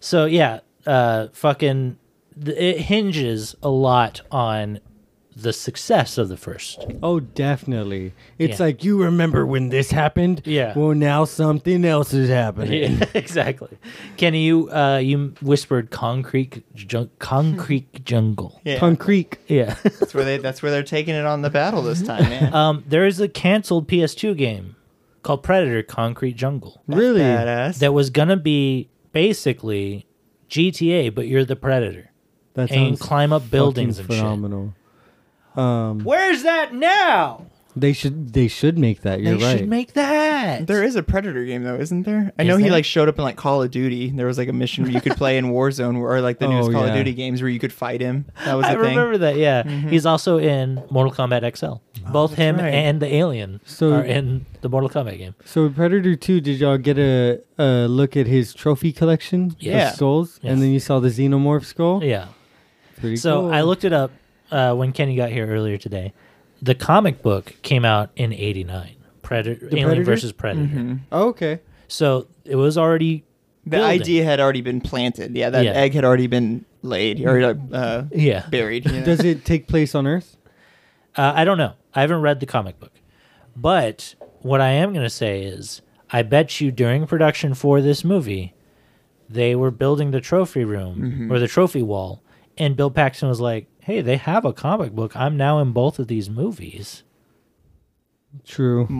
S1: So yeah, uh, fucking, th- it hinges a lot on the success of the first.
S5: Oh, definitely. It's
S1: Yeah.
S5: like you remember when this happened.
S1: Yeah.
S5: Well, now something else is happening.
S1: exactly. Kenny, you uh, you whispered concrete jun- concrete jungle.
S2: Yeah.
S5: Punk Creek.
S1: Yeah.
S2: That's where they that's where they're taking it on the battle this time, man.
S1: um, there is a canceled PS2 game called Predator Concrete Jungle
S5: Really?
S2: Badass.
S1: that was gonna be basically GTA, but you're the predator
S5: That
S1: and
S5: sounds
S1: climb up buildings
S5: fucking
S1: and
S5: phenomenal.
S1: shit. Where's that now?
S5: They should they should make that. You're
S1: they
S5: right.
S1: should make that.
S2: There is a Predator game though, isn't there? I
S1: Is
S2: know he
S1: there?
S2: like showed up in like Call of Duty. There was like a mission where you could play in Warzone, where, or like the newest
S5: Oh,
S2: Call of
S5: yeah.
S2: Duty games where you could fight him. That was
S1: I
S2: the thing. Mm-hmm.
S1: remember that. Yeah, he's also in Mortal Kombat XL. Both him
S2: Oh, right.
S1: and the alien
S5: So-
S1: are in the Mortal Kombat game.
S5: so in Predator 2, did y'all get a, a look at his trophy collection? of
S1: Yeah.
S5: skulls?
S1: Yes.
S5: And then you saw the xenomorph skull?
S1: Yeah.
S5: Pretty
S1: So
S5: cool.
S1: I looked it up uh, when Kenny got here earlier today. The comic book came out in '89. Predator, Alien
S5: Predator?
S1: versus Predator.
S5: Oh, okay.
S1: So it was already
S2: Mm-hmm. The
S1: building.
S2: idea had already been planted. Yeah, that
S1: Yeah.
S2: egg had already been laid or uh,
S1: Yeah.
S2: buried. You know?
S5: Does it take place on Earth?
S1: Uh, I don't know. I haven't read the comic book, but what I am going to say is, I bet you during production for this movie, they were building the trophy room
S5: Mm-hmm.
S1: or the trophy wall, and Bill Paxton was like, "Hey, they have a comic book. I'm now in both of these movies.
S5: True.
S1: Mm,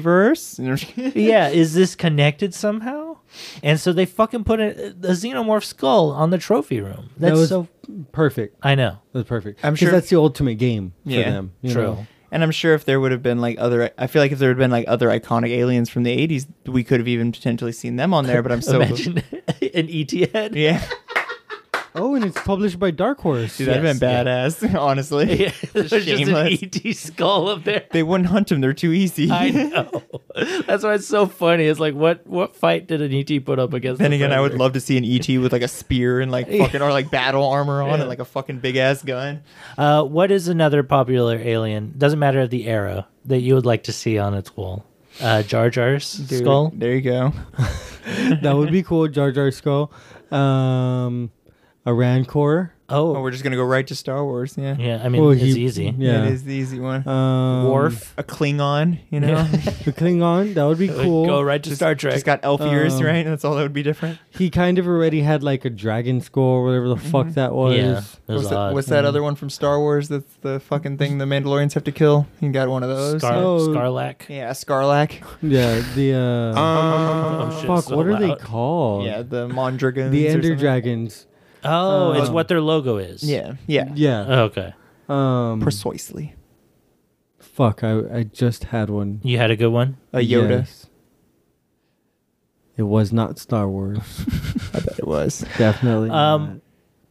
S2: multiverse?
S1: yeah, is this connected somehow?" And so they fucking put a, a xenomorph skull on the trophy room.
S5: That
S1: That's
S5: was
S1: so.
S5: perfect.
S1: I know.
S5: That was perfect.
S2: I'm
S5: 'Cause
S2: sure-
S5: that's the ultimate game
S2: Yeah,
S5: for them. you
S1: True.
S5: know?
S2: and I'm sure if there would have been like other, I feel like if there had been like other iconic aliens from the '80s, we could have even potentially seen them on there. But I'm so
S1: Imagine an E ET head.
S2: yeah,
S5: Oh, and it's published by Dark Horse.
S2: dude, that'd have been
S1: Yes,
S2: badass. Honestly,
S1: Yeah, there's just an E
S2: Shameless.
S1: ET skull up there.
S2: they wouldn't hunt them. They're too easy.
S1: I know. That's why it's so funny. It's like, what what fight did an ET put up against?
S2: Then
S1: the
S2: again, I would
S1: Predator?
S2: love to see an ET with like a spear and like fucking or like battle armor on
S1: Yeah.
S2: and like a fucking big ass gun.
S1: Uh, what is another popular alien? Doesn't matter of the era that you would like to see on its wall. Uh, Jar Jar's
S2: Dude,
S1: skull.
S2: There you go.
S5: that would be cool. Jar Jar Skull. Um, a Rancor.
S2: Oh,
S1: Oh,
S2: we're just gonna go right to Star Wars. Yeah,
S1: yeah. I mean,
S5: Well,
S1: it's
S5: he-
S1: easy.
S5: Yeah.
S2: it is the easy one.
S5: Um,
S1: Worf.
S2: a Klingon, you know,
S5: The Klingon. That would be cool.
S1: Go right to Star Trek.
S2: just got elf ears,
S5: Um,
S2: right? That's all that would be different.
S5: He kind of already had like a dragon skull or whatever the fuck that was.
S1: yeah, it was
S2: What's that,
S1: odd.
S2: what's that other one from Star Wars? That's the fucking thing the Mandalorians have to kill. You got one of those.
S1: Scar-
S5: Oh.
S1: Scarlac.
S2: yeah, Scarlac.
S5: Yeah, the uh,
S1: oh, shit,
S5: fuck,
S1: so
S5: what are they
S1: loud.
S5: called?
S2: Um, Yeah, the Mondragons.
S5: the
S2: or
S5: Ender
S2: something.
S5: Dragons.
S1: Oh, it's
S5: Oh.
S1: what their logo is. Oh,
S2: Yeah, yeah,
S5: Yeah.
S1: Okay.
S5: Um,
S2: precisely.
S5: fuck, I I just had one.
S1: You had a good one.
S2: A Yoda.
S5: Yes. It was not Star Wars.
S2: I bet it was.
S5: Definitely.
S1: Um,
S5: Um,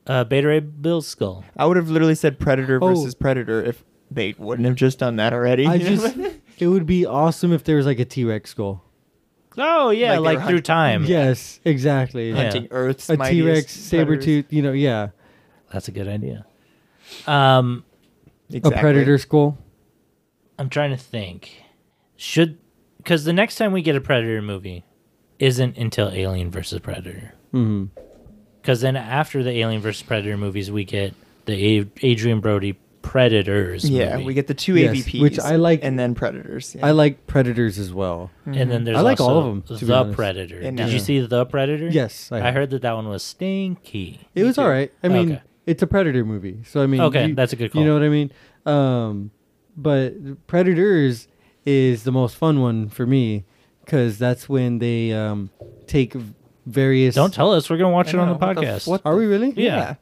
S1: Uh, Beta Ray Bill's skull.
S2: I would have literally said Predator
S5: Oh.
S2: versus Predator if they wouldn't have just done that already.
S5: I just it would be awesome if there was like a T Rex skull.
S1: Oh yeah, like,
S2: Like they were
S1: through
S2: hunt-
S1: time.
S5: Yes, exactly.
S1: Yeah.
S2: hunting Earth's
S5: A T
S2: mightiest
S5: Rex, saber
S2: predators.
S5: tooth. You know, yeah.
S1: That's a good idea. Um,
S2: Exactly.
S5: A predator skull.
S1: I'm trying to think. Should because the next time we get a Predator movie isn't until Alien versus Predator.
S5: Mm-hmm.
S1: Because then after the Alien versus Predator movies, we get the a- Adrian Brody Predators.
S2: Yeah,
S1: movie.
S2: we get the two
S5: Yes,
S2: AVPs,
S5: which I like-
S2: and then Predators. Yeah.
S5: I like Predators as well.
S1: and then there's
S5: mm-hmm. I like
S1: also
S5: all of 'em, to be
S1: the
S5: honest. uh,
S1: Predator.
S2: And
S1: Did
S2: now-
S1: you see the Predator?
S5: Yes, I
S1: I,
S5: have.
S1: heard that that one was stinky.
S5: It was all right. I mean,
S1: Okay.
S5: it's a Predator movie, so I mean,
S1: Okay, that's a good call.
S5: You know what I mean? Um, but Predators is the most fun one for me because that's when they um, take v- various.
S1: Don't tell us. We're gonna watch it on
S2: know,
S1: the
S2: what the
S1: podcast.
S2: what-
S5: Are we really?
S1: yeah.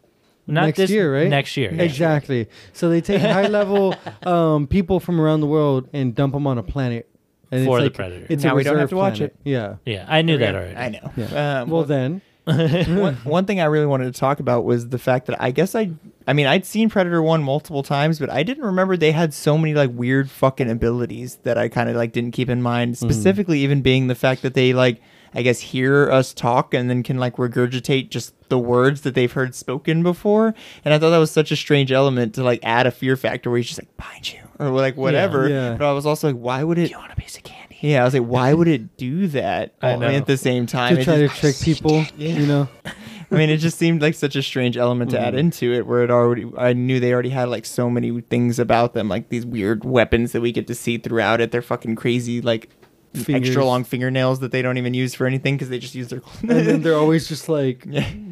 S1: Not
S5: next
S1: this
S5: year, right?
S1: Next year. yeah.
S5: Exactly. So they take high level um, people from around the world and dump them on a planet. And
S1: For
S5: it's
S1: the
S5: like,
S1: Predator.
S5: It's a
S2: Now we don't have
S5: reserve
S2: to watch
S5: planet.
S2: it.
S5: Yeah.
S1: Yeah, I knew that already.
S2: I know.
S5: Yeah.
S2: Um,
S5: well, then.
S2: one,
S5: Hmm.
S2: one thing I really wanted to talk about was the fact that I guess I, I mean, I'd seen Predator One multiple times, but I didn't remember they had so many like weird fucking abilities that I kind of like didn't keep in mind.
S5: Hmm.
S2: Specifically, even being the fact that they like, I guess, hear us talk and then can like regurgitate just the words that they've heard spoken before. And I thought that was such a strange element to like add a fear factor where he's just like behind you or like whatever.
S5: Yeah.
S2: But I was also like, why would it? you want a piece of candy? Yeah, I was like, why would it do that?
S1: I
S2: all-
S1: know.
S2: At the same time,
S5: to
S2: It
S5: try to
S2: just-
S5: trick people, you know.
S2: I mean, it just seemed like such a strange element to
S5: Mm-hmm.
S2: add into it, where it already, I knew they already had like so many things about them, like these weird weapons that we get to see throughout it. They're fucking crazy, like
S5: Fingers.
S2: extra long fingernails that they don't even use for anything because they just use their.
S5: And then they're always just like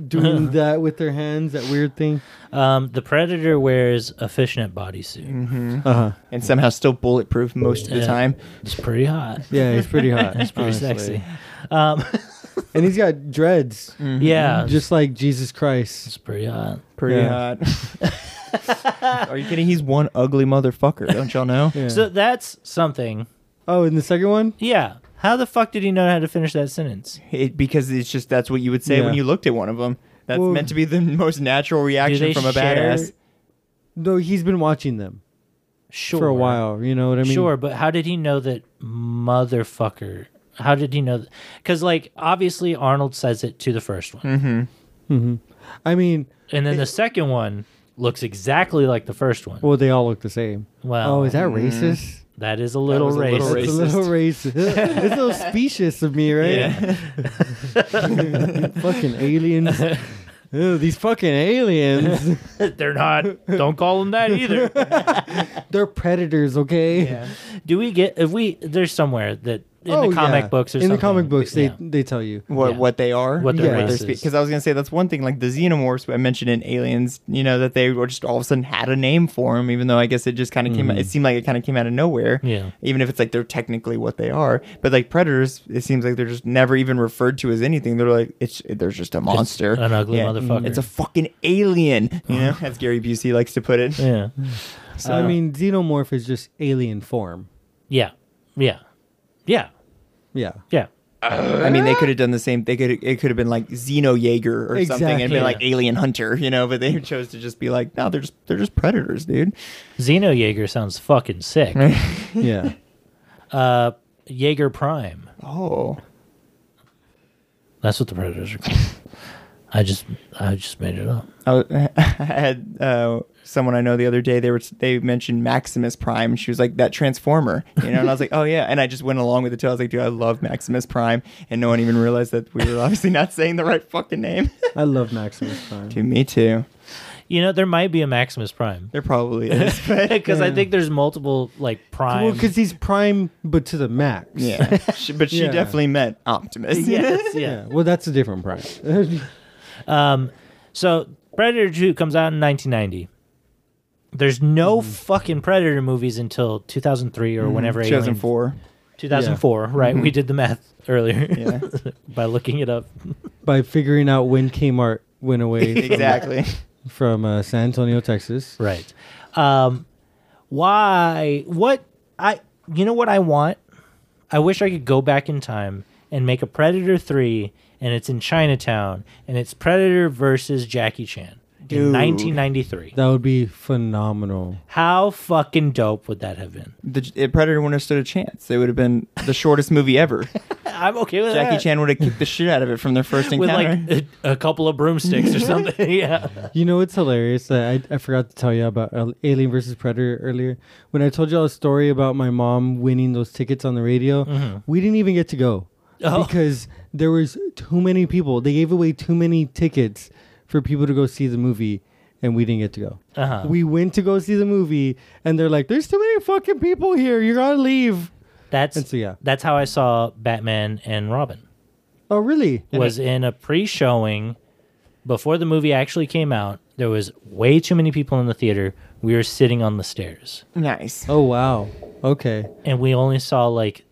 S5: doing that with their hands, that weird thing.
S1: Um, the Predator wears a fishnet bodysuit.
S5: Uh huh.
S2: and somehow still bulletproof most of the
S1: Yeah.
S2: time.
S1: It's pretty hot.
S5: Yeah, Mm-hmm. he's pretty hot. He's
S1: pretty sexy.
S5: And he's got dreads,
S1: Yeah,
S5: Mm-hmm. just like Jesus Christ.
S1: it's pretty hot.
S2: Pretty
S5: Yeah.
S2: hot. Are you kidding? He's one ugly motherfucker. Don't y'all know?
S5: Yeah.
S1: So that's something.
S5: oh, and the second one?
S1: Yeah. How the fuck did he know how to finish that sentence?
S2: It, because it's just that's what you would say
S5: Yeah.
S2: when you looked at one of them. That's
S5: Well-
S2: meant to be the most natural
S1: Do
S2: reaction
S1: they
S2: from a
S1: share-
S2: badass.
S5: No, he's been watching them
S1: Sure.
S5: for a while. You know what I mean?
S1: sure, but how did he know that motherfucker? How did he know? Because like obviously Arnold says it to the first one,
S5: Mm-hmm. I mean,
S1: and then the second one looks exactly like the first one.
S5: well, they all look the same.
S1: Well,
S5: oh, is that racist?
S1: that is a Mm. little
S2: was a little
S1: racist.
S5: It's a little racist. it's a little specious of me, right? fucking aliens. Ew, these fucking aliens.
S1: They're not. Don't call them that either.
S5: They're predators, okay?
S1: Do we get if we there's somewhere that in the comic
S5: Oh, yeah.
S1: books or
S5: in
S1: something,
S5: the comic books they
S1: yeah.
S5: they tell you
S2: what
S1: Yeah.
S2: what they are,
S1: What their
S5: Yeah. race
S2: they're
S1: is.
S2: Because I was gonna say that's one thing. Like the xenomorphs I mentioned in Aliens, you know that they were just all of a sudden had a name for them, even though I guess it just kind of came. It seemed like it kind of came out of nowhere.
S1: Mm-hmm. Yeah.
S2: Even if it's like they're technically what they are, but like predators, it seems like they're just never even referred to as anything. They're like it's there's just a monster,
S1: an ugly motherfucker.
S2: It's a fucking alien, you know, as Gary Busey likes to put it.
S1: yeah,
S5: so Uh, i mean xenomorph is just alien form
S1: yeah, yeah, yeah,
S5: yeah
S1: yeah.
S2: I mean, they could have done the same. They could it could have been like Xeno Jaeger or something, and
S5: Exactly.
S2: been like Alien Hunter, you know. But they chose to just be like, no, they're just they're just predators, dude.
S1: Xeno Jaeger sounds fucking sick.
S5: yeah
S1: Jaeger Prime.
S2: Oh,
S1: That's what the predators are called. I just I just made it up.
S2: I, was- I had uh, someone I know the other day. They were they mentioned Maximus Prime. She was like that Transformer, you know. And I was like, oh yeah. And I just went along with it too. I was like, dude, I love Maximus Prime, and no one even realized that we were obviously not saying the right fucking name.
S5: i love maximus prime
S2: dude, me too.
S1: You know there might be a Maximus Prime
S2: There probably is, but
S1: because I think there's multiple like prime.
S5: well because he's prime but to the max
S2: yeah. She, but she
S5: Yeah.
S2: definitely meant Optimus.
S1: yes,
S5: yeah
S1: yeah.
S5: well that's a different prime
S1: So Predator 2 comes out in 1990. There's no
S5: Mm-hmm.
S1: fucking Predator movies until 2003 or whenever Alien-
S2: 2004.
S1: 2004, right? We did the math earlier
S2: Mm-hmm. Yeah.
S1: by looking it up.
S5: by figuring out when kmart went away from-
S2: exactly.
S5: from uh, san antonio texas
S1: Right. Um, why? What? I. You know what I want? I wish I could go back in time and make a Predator 3, and it's in Chinatown, and it's Predator versus Jackie Chan in 1993.
S5: that would be phenomenal
S1: How fucking dope would that have been?
S2: the if Predator wouldn't have stood a chance. It would have been the shortest movie ever.
S1: I'm okay with that.
S2: Jackie Chan would have kicked the shit out of it from their first
S1: with
S2: encounter.
S1: like a, a couple of broomsticks or something. yeah.
S5: You know it's hilarious that I, I forgot to tell you about Al- Alien versus Predator earlier. When I told y'all a story about my mom winning those tickets on the radio, we didn't even get to go
S1: Mm-hmm. Oh.
S5: because there was too many people. They gave away too many tickets for people to go see the movie. and we didn't get to go.
S1: Uh-huh.
S5: We went to go see the movie, and they're like, "There's too many fucking people here. You're gonna leave."
S1: That's
S5: And so, yeah.
S1: That's how I saw Batman and Robin.
S5: Oh, really?
S1: was in a pre-showing before the movie actually came out. There was way too many people in the theater. We were sitting on the stairs,
S2: Nice.
S5: Oh, wow. Okay.
S1: and we only saw like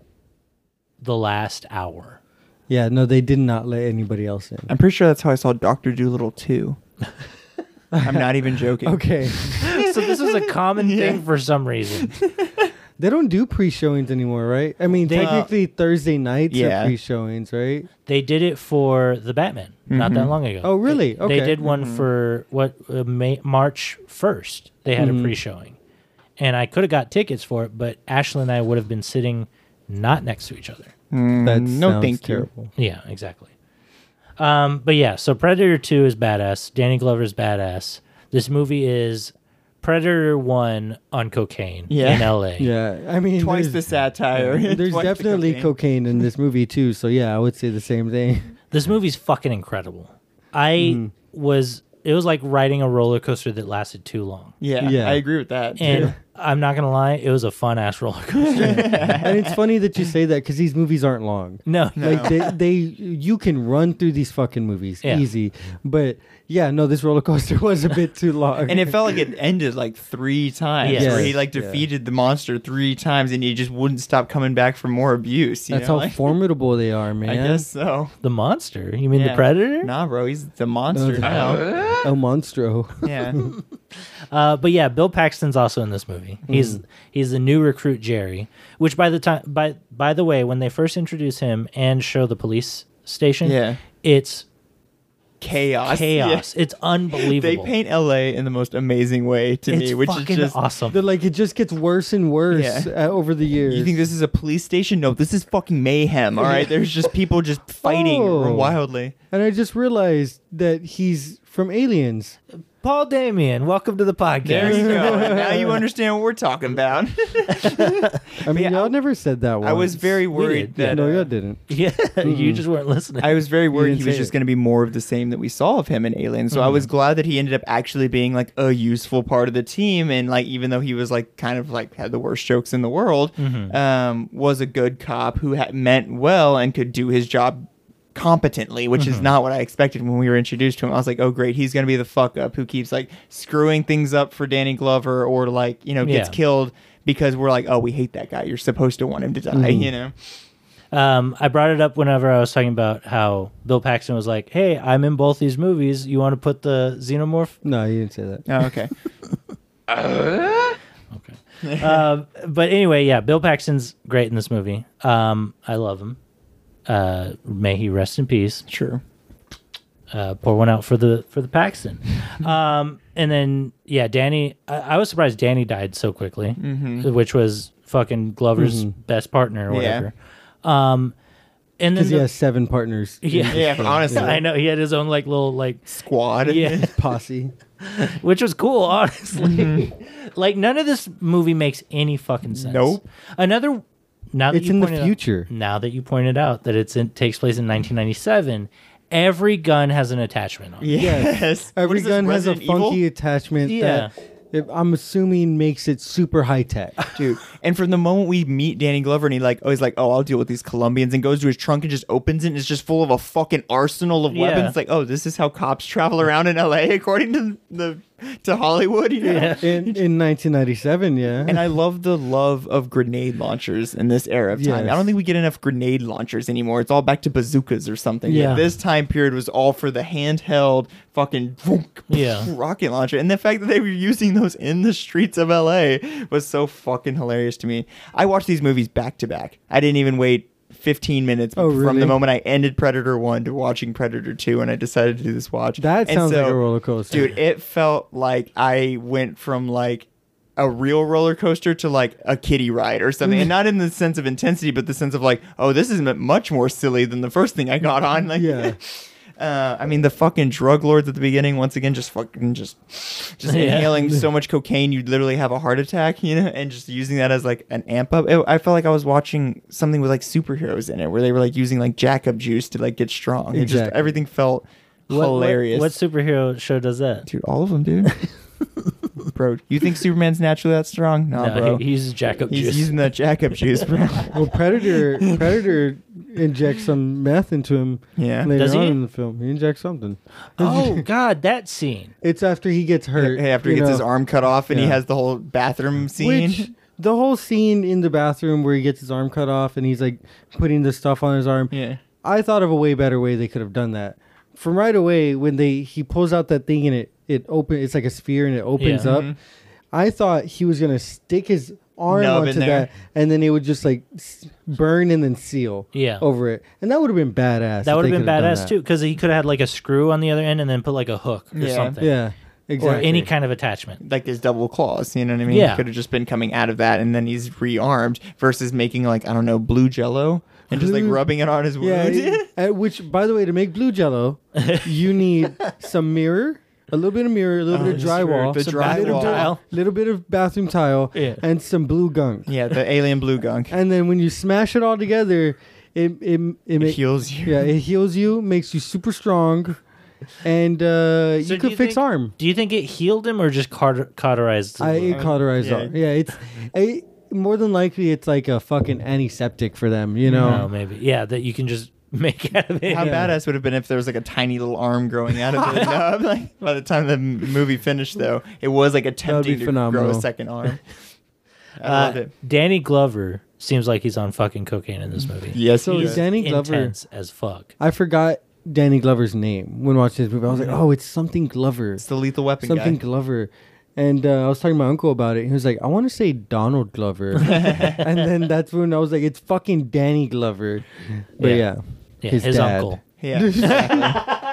S1: the last hour.
S5: Yeah. No, they did not let anybody else in.
S2: I'm pretty sure that's how I saw Doctor Doolittle too. I'm not even joking.
S5: Okay.
S1: so this was a common thing for some reason.
S5: they don't do pre-showings anymore, right? I mean, technically Thursday nights
S2: uh, Yeah.
S5: are pre-showings, right?
S1: They did it for the Batman not that long ago.
S5: Oh, really?
S1: They,
S5: Okay.
S1: they
S5: Mm-hmm.
S1: did one for what uh, May, March first. They had
S5: Mm-hmm.
S1: a pre-showing, and I could have got tickets for it, but Ashley and I would have been sitting not next to each other.
S5: That
S2: Mm, no,
S5: sounds
S2: thank you.
S5: terrible.
S1: Yeah, exactly. Um, but yeah, so Predator 2 is badass. Danny Glover's badass. This movie is Predator 1 on cocaine
S2: Yeah.
S1: in LA.
S5: Yeah, I mean,
S2: Twice the
S5: there's,
S2: satire.
S5: there's
S2: Twice the
S5: definitely
S2: cocaine.
S5: cocaine. in this movie too. So yeah, I would say the same thing.
S1: This movie's fucking incredible. I
S5: Mm-hmm.
S1: was, it was like riding a roller coaster that lasted too long.
S2: Yeah,
S5: Yeah.
S2: I agree with that.
S1: And
S2: too.
S1: I'm not going to lie, it was a fun ass roller coaster.
S5: and it's funny that you say that because these movies aren't long.
S1: no,
S5: Like they, they, you can run through these fucking movies
S1: Yeah.
S5: easy, but yeah, no, this roller coaster was a bit too long.
S2: and it felt like it ended like three times
S1: Yes.
S2: where he
S5: Yes,
S2: like
S5: yeah.
S2: defeated the monster three times and he just wouldn't stop coming back for more abuse. You
S5: that's
S2: know?
S5: how
S2: like,
S5: formidable they are, man.
S2: I guess so.
S1: the monster. You mean
S2: Yeah.
S1: the Predator?
S2: Nah, bro, he's the monster
S5: the-
S2: now.
S5: El Monstro.
S2: yeah.
S1: Uh, but yeah, Bill Paxton's also in this movie.
S2: Hmm.
S1: He's he's the new recruit Jerry. Which by the time by by the way, when they first introduce him and show the police station,
S2: Yeah.
S1: it's
S2: Chaos.
S1: chaos. It's
S2: Yeah. They
S1: unbelievable.
S2: paint LA in the most amazing way to
S1: it's
S2: me, which is
S1: fucking
S2: just
S1: awesome.
S5: They're like it just gets worse and worse
S2: Yeah.
S5: uh, over the years.
S2: You think this is a police station? No, this is fucking mayhem. All right, there's just people just fighting
S5: Oh.
S2: wildly.
S5: and I just realized that he's from Aliens.
S1: Paul Damien, welcome to the
S2: There you
S1: podcast.
S2: go. now you understand what we're talking about.
S5: I mean,
S2: Yeah,
S5: y'all
S2: I-
S5: never said that one.
S2: I was very worried
S1: did, yeah.
S2: that
S5: no,
S2: uh,
S5: y'all didn't.
S1: Yeah,
S2: Hmm.
S1: you just weren't listening.
S2: I was very worried
S5: didn't
S2: he was
S5: say
S2: just
S5: it.
S2: going to be more of the same that we saw of him in Alien. So I was glad that he ended up actually being like a useful part of the team. And like, even though he was like kind of like had the worst jokes in the world, um, was a good cop who had meant well and could do his job competently, which is not what I expected when we were introduced to him. I was like, oh great, he's going to be the fuck up who keeps like screwing things up for Danny Glover or like you know gets
S1: Yeah.
S2: killed because we're like, oh we hate that guy. You're supposed to want him to die, you know.
S1: Um, I brought it up whenever I was talking about how Bill Paxton was like, "Hey, I'm in both these movies. You want to put the xenomorph
S5: No, you didn't say that.
S2: Oh, okay.
S1: Um, but anyway, yeah, Bill Paxton's great in this movie. Um, I love him. Uh, may he rest in peace.
S2: True.
S1: Uh, pour one out for the for the Paxton. Um, and then yeah, Danny. I, I was surprised Danny died so quickly,
S5: Mm-hmm.
S1: which was fucking Glover's best partner or whatever. Um, and then
S5: Because he
S1: the-
S5: has seven partners.
S1: yeah,
S2: Yeah, honestly.
S1: I know he had his own like little like
S2: Squad.
S1: yeah.
S5: Posse.
S1: which was cool, honestly.
S5: Mm-hmm.
S1: like none of this movie makes any fucking sense.
S2: Nope.
S1: Another. Now that
S5: It's
S1: you
S5: in the
S1: pointed out-
S5: future.
S2: Hmm.
S1: now that you pointed out that it's in, takes place in 1997, every gun has an attachment on. it.
S2: Yes. What
S5: Every
S2: is this,
S5: gun has a funky
S2: Resident Evil?
S5: attachment
S1: Yeah.
S5: that if- I'm assuming makes it super high tech.
S2: dude. And from the moment we meet Danny Glover, and he like, oh, he's like, oh, I'll deal with these Colombians, and goes to his trunk and just opens it, and it's just full of a fucking arsenal of
S1: Yeah.
S2: weapons. Like, oh, this is how cops travel around in L.A. according to the to Hollywood. You know?
S5: In, in 1997, yeah.
S2: And I love the love of grenade launchers in this era of time.
S5: Yes.
S2: I don't think we get enough grenade launchers anymore. It's all back to bazookas or something. But
S5: Yeah.
S2: This time period was all for the handheld fucking vroom,
S1: Yeah.
S2: rocket launcher. And the fact that they were using those in the streets of LA was so fucking hilarious to me. I watched these movies back to back. I didn't even wait 15 minutes
S5: Oh,
S2: from
S5: really?
S2: the moment I ended Predator 1 to watching Predator 2 and I decided to do this watch.
S5: that
S2: And
S5: sounds like
S2: so-
S5: a roller coaster.
S2: dude it felt like i went from like a real roller coaster to like a kiddie ride or something and not in the sense of intensity but the sense of like oh this is m- much more silly than the first thing i got on like
S5: Yeah.
S2: uh, i mean the fucking drug lords at the beginning once again just fucking just just
S1: Yeah.
S2: inhaling so much cocaine you'd literally have a heart attack you know and just using that as like an amp up It- i felt like i was watching something with like superheroes in it where they were like using like jack up juice to like get strong it just
S5: Exactly.
S2: everything felt
S1: What- what-
S2: Hilarious.
S1: What, superhero show does that?
S2: Dude, all of them, dude. bro, you think Superman's naturally that strong? Nah,
S1: No,
S2: bro.
S1: he, he uses jack up
S2: He's
S1: juice.
S2: using that jack-up juice, bro.
S5: Well, Predator Predator injects some meth into him
S2: Yeah.
S5: later
S1: Does he?
S5: on in the film. He injects something.
S1: oh God, that scene.
S5: It's after he gets hurt.
S2: Hey, after he
S5: you
S2: gets his
S5: know,
S2: arm cut off and he
S5: Yeah.
S2: has the whole bathroom scene.
S5: Which the whole scene in the bathroom where he gets his arm cut off and he's like putting the stuff on his arm.
S2: yeah.
S5: I thought of a way better way they could have done that. From right away when they he pulls out that thing and it it open it's like a sphere and it opens
S1: Yeah. mm-hmm.
S5: up. I thought he was gonna stick his arm
S2: Nub in
S5: onto
S2: there.
S5: that and then it would just like s- burn and then seal
S1: Yeah.
S5: over it and that would have been badass.
S1: That would
S5: if
S1: have
S5: they
S1: been
S5: could done
S1: badass
S5: that.
S1: too, because he could have had like a screw on the other end and then put like a hook or
S2: Yeah.
S1: something,
S5: Yeah,
S1: or
S5: exactly.
S1: any kind of attachment.
S2: Like his double claws, you know what I mean?
S1: Yeah.
S2: Could have just been coming out of that and then he's rearmed versus making like, I don't know, blue jello and just like
S5: Blue-
S2: rubbing it on his wound.
S5: Yeah, it- uh, which by the way, to make blue jello, you need some mirror, a little bit of mirror, a little bit of
S2: that's true.
S5: drywall,
S2: The
S5: some
S2: drywall.
S5: bathroom
S1: Tile.
S5: little bit of bathroom tile,
S1: Yeah.
S5: and some blue gunk.
S2: yeah, the alien blue gunk.
S5: And then when you smash it all together, it it it,
S2: It
S5: make-
S2: heals you.
S5: Yeah, it heals you, makes you super strong, and uh,
S1: So
S5: you
S1: do
S5: could
S1: you
S5: fix
S1: think-
S5: arm.
S1: Do you think it healed him or just cauter- cauterized?
S5: I
S1: him?
S5: it cauterized
S2: yeah.
S5: arm. Yeah, it's it, more than likely it's like a fucking antiseptic for them. You know.
S1: no, maybe. Yeah, that you can just make out of it.
S2: How badass would it have been if there was like a tiny little arm growing out of the nub? Like by the time the m- movie finished, though, it was like attempting to grow a
S5: phenomenal.
S2: second arm. I
S1: Uh,
S2: loved it.
S1: Danny Glover seems like he's on fucking cocaine in this movie.
S2: Yes,
S5: So
S2: he
S5: Oh, is
S2: did.
S5: Danny Glover.
S1: Intense as fuck.
S5: I forgot Danny Glover's name when watching this movie. I was like, oh, it's something Glover,
S2: It's the lethal weapon
S5: something
S2: guy.
S5: Glover. And uh, I was talking to my uncle about it. He was like, I want to say Donald Glover. and then that's when I was like, it's fucking Danny Glover. But
S1: Yeah.
S5: yeah,
S1: Yeah, his,
S5: his dad.
S1: uncle.
S2: Yeah,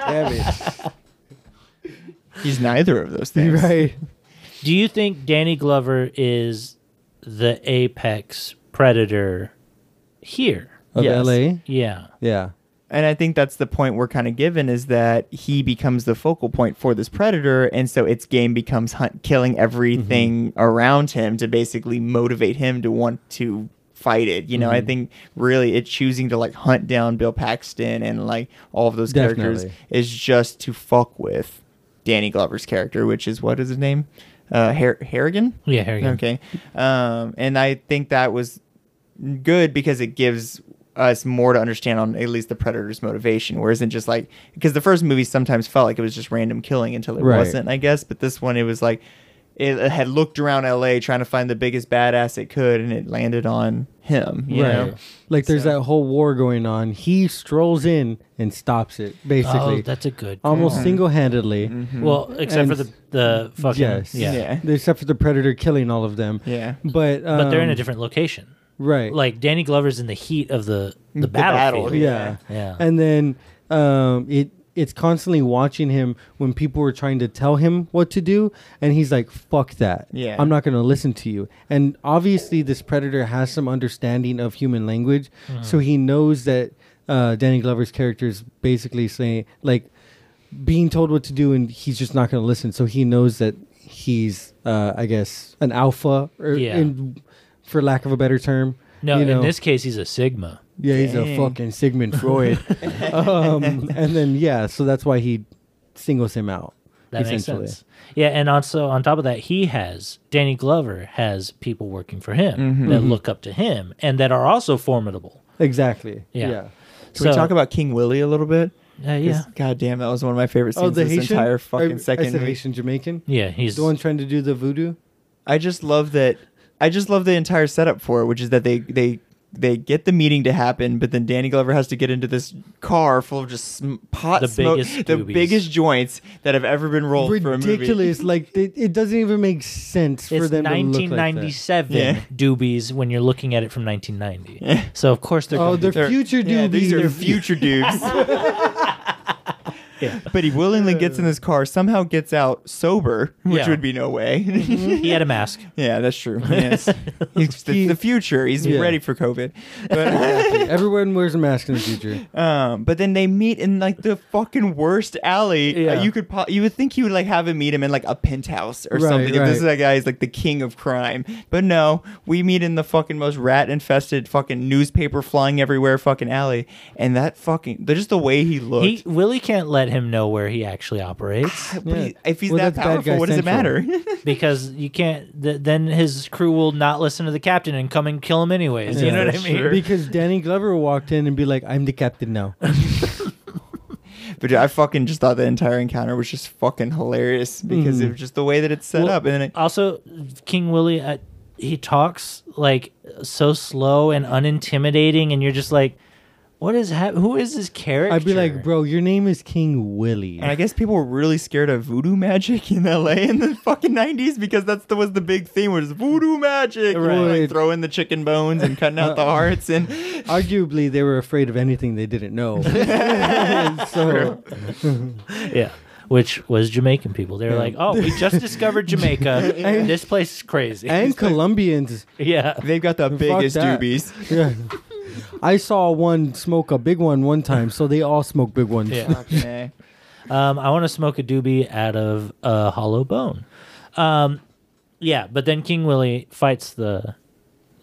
S5: Damn it.
S2: he's neither of those things.
S5: right.
S1: Do you think Danny Glover is the apex predator here?
S5: Of
S2: Yes.
S5: LA.
S1: Yeah.
S5: Yeah.
S2: And I think that's the point we're kind of given is that he becomes the focal point for this predator, and so its game becomes hunt- killing everything around him to basically motivate him to want to fight it. You know, I think really it's choosing to like hunt down Bill Paxton and like all of those characters
S5: Definitely.
S2: is just to fuck with Danny Glover's character, which is what is his name, uh, Har- Harrigan.
S1: Yeah, Harrigan.
S2: Okay. Um, and I think that was good because it gives us more to understand on at least the predator's motivation, where isn't just like because the first movie sometimes felt like it was just random killing until it
S5: Right.
S2: wasn't, I guess. But this one, it was like it had looked around L.A. trying to find the biggest badass it could, and it landed on him. You know?
S5: Like there's
S2: So-
S5: that whole war going on. He strolls in and stops it,
S1: Oh,
S5: basically.
S1: that's Mm-hmm. a good.
S5: Almost single handedly.
S1: Well, except
S5: And-
S1: for the the fucking.
S5: Yes.
S1: Yeah.
S2: Yeah.
S5: Except for the predator killing all of them.
S2: Yeah.
S5: But um,
S1: But they're in a different location.
S5: right.
S1: Like Danny Glover's in the heat of the the,
S2: The battle,
S1: battlefield.
S5: yeah.
S1: Yeah.
S5: And then um, it it's constantly watching him when people were trying to tell him what to do, and he's like, "Fuck that!
S2: Yeah.
S5: I'm not going to listen to you." And obviously, this predator has some understanding of human language,
S1: Mm-hmm.
S5: so he knows that uh, Danny Glover's character is basically saying like being told what to do, and he's just not going to listen. So he knows that he's, uh, I guess, an alpha, or
S1: Yeah.
S5: in, for lack of a better term.
S1: No,
S5: you know?
S1: in this case, he's a Sigma.
S5: Yeah, he's
S2: Dang.
S5: a fucking Sigmund Freud. um, and then yeah, so that's why he singles him out.
S1: That makes
S5: essentially.
S1: sense. Yeah, and also on top of that, he has Danny Glover has people working for him
S5: Mm-hmm.
S1: that look up to him and that are also formidable.
S5: Exactly.
S1: Yeah.
S5: Yeah.
S2: Can we talk about King Willie a little bit?
S1: Uh, yeah,
S2: 'Cause, God damn, that was one of my favorite scenes.
S5: Oh, the
S2: this
S5: Haitian
S2: entire
S5: I-
S2: fucking
S5: I
S2: second.
S5: said
S2: movie.
S5: Haitian Jamaican.
S1: yeah, he's
S5: The one trying to do the voodoo.
S2: I just love that. I just love the entire setup for it, which is that they they they get the meeting to happen, but then Danny Glover has to get into this car full of just sm- pot
S1: The
S2: smoke,
S1: biggest
S2: the
S1: doobies.
S2: biggest joints that have ever been rolled for a movie.
S5: Ridiculous. like it, it doesn't even make sense for
S1: it's
S5: them to look like that.
S1: 1997
S2: Yeah.
S1: doobies when you're looking at it from 1990. So of course they're
S5: Oh,
S1: gonna be-
S5: they're, future dudes.
S2: Yeah, these are future dudes. But he willingly gets in this car, somehow gets out sober, which
S1: Yeah.
S2: would be no
S5: Mm-hmm.
S2: way.
S1: he had a mask.
S2: yeah, that's true. Yes. He's the, the future. He's
S5: Yeah.
S2: ready for COVID. But,
S5: Everyone wears a mask in the future.
S2: Um, but then they meet in like the fucking worst alley.
S1: Yeah.
S2: Uh, you could po- you would think you would like have him meet him in like a penthouse or
S5: Right,
S2: something. If this is
S5: right.
S2: that guy is like the king of crime. But no, we meet in the fucking most rat infested fucking newspaper flying everywhere fucking alley. And that fucking they're just the way he looked.
S1: He Willie can't let him know where he actually operates
S2: But he- if he's
S5: Well,
S2: that
S5: that's bad guy
S2: powerful, what does it
S5: central.
S2: matter?
S1: because you can't. Th- then his crew will not listen to the captain and come and kill him anyways. You
S5: Yeah,
S1: know what I
S2: that's
S1: mean?
S2: true.
S5: Because Danny Glover walked in and be like, "I'm the captain now."
S2: But dude, I fucking just thought the entire encounter was just fucking hilarious because
S5: Hmm.
S2: of just the way that it's set
S1: Well,
S2: up. And then it,
S1: Also, King Willie, uh, he talks like so slow and unintimidating, and you're just like, what is hap- Who is this character?
S5: I'd be like, "Bro, your name is King Willie."
S2: and I guess people were really scared of voodoo magic in LA in the fucking 90s because that's the, was the big theme was voodoo magic. You know,
S5: Right. Uh,
S2: Like throwing the chicken bones and cutting out the hearts. And
S5: Arguably, they were afraid of anything they didn't know. so,
S1: yeah. Which was Jamaican people. They were like, oh, we just discovered Jamaica. this place is crazy.
S5: and Colombians.
S1: yeah.
S2: they've got the biggest
S5: that.
S2: doobies.
S5: Yeah. I saw one smoke a big one one time, so they all smoke big ones.
S1: Yeah.
S2: Okay.
S1: Um, I want to smoke a doobie out of a hollow bone. Um, yeah, but then King Willie fights the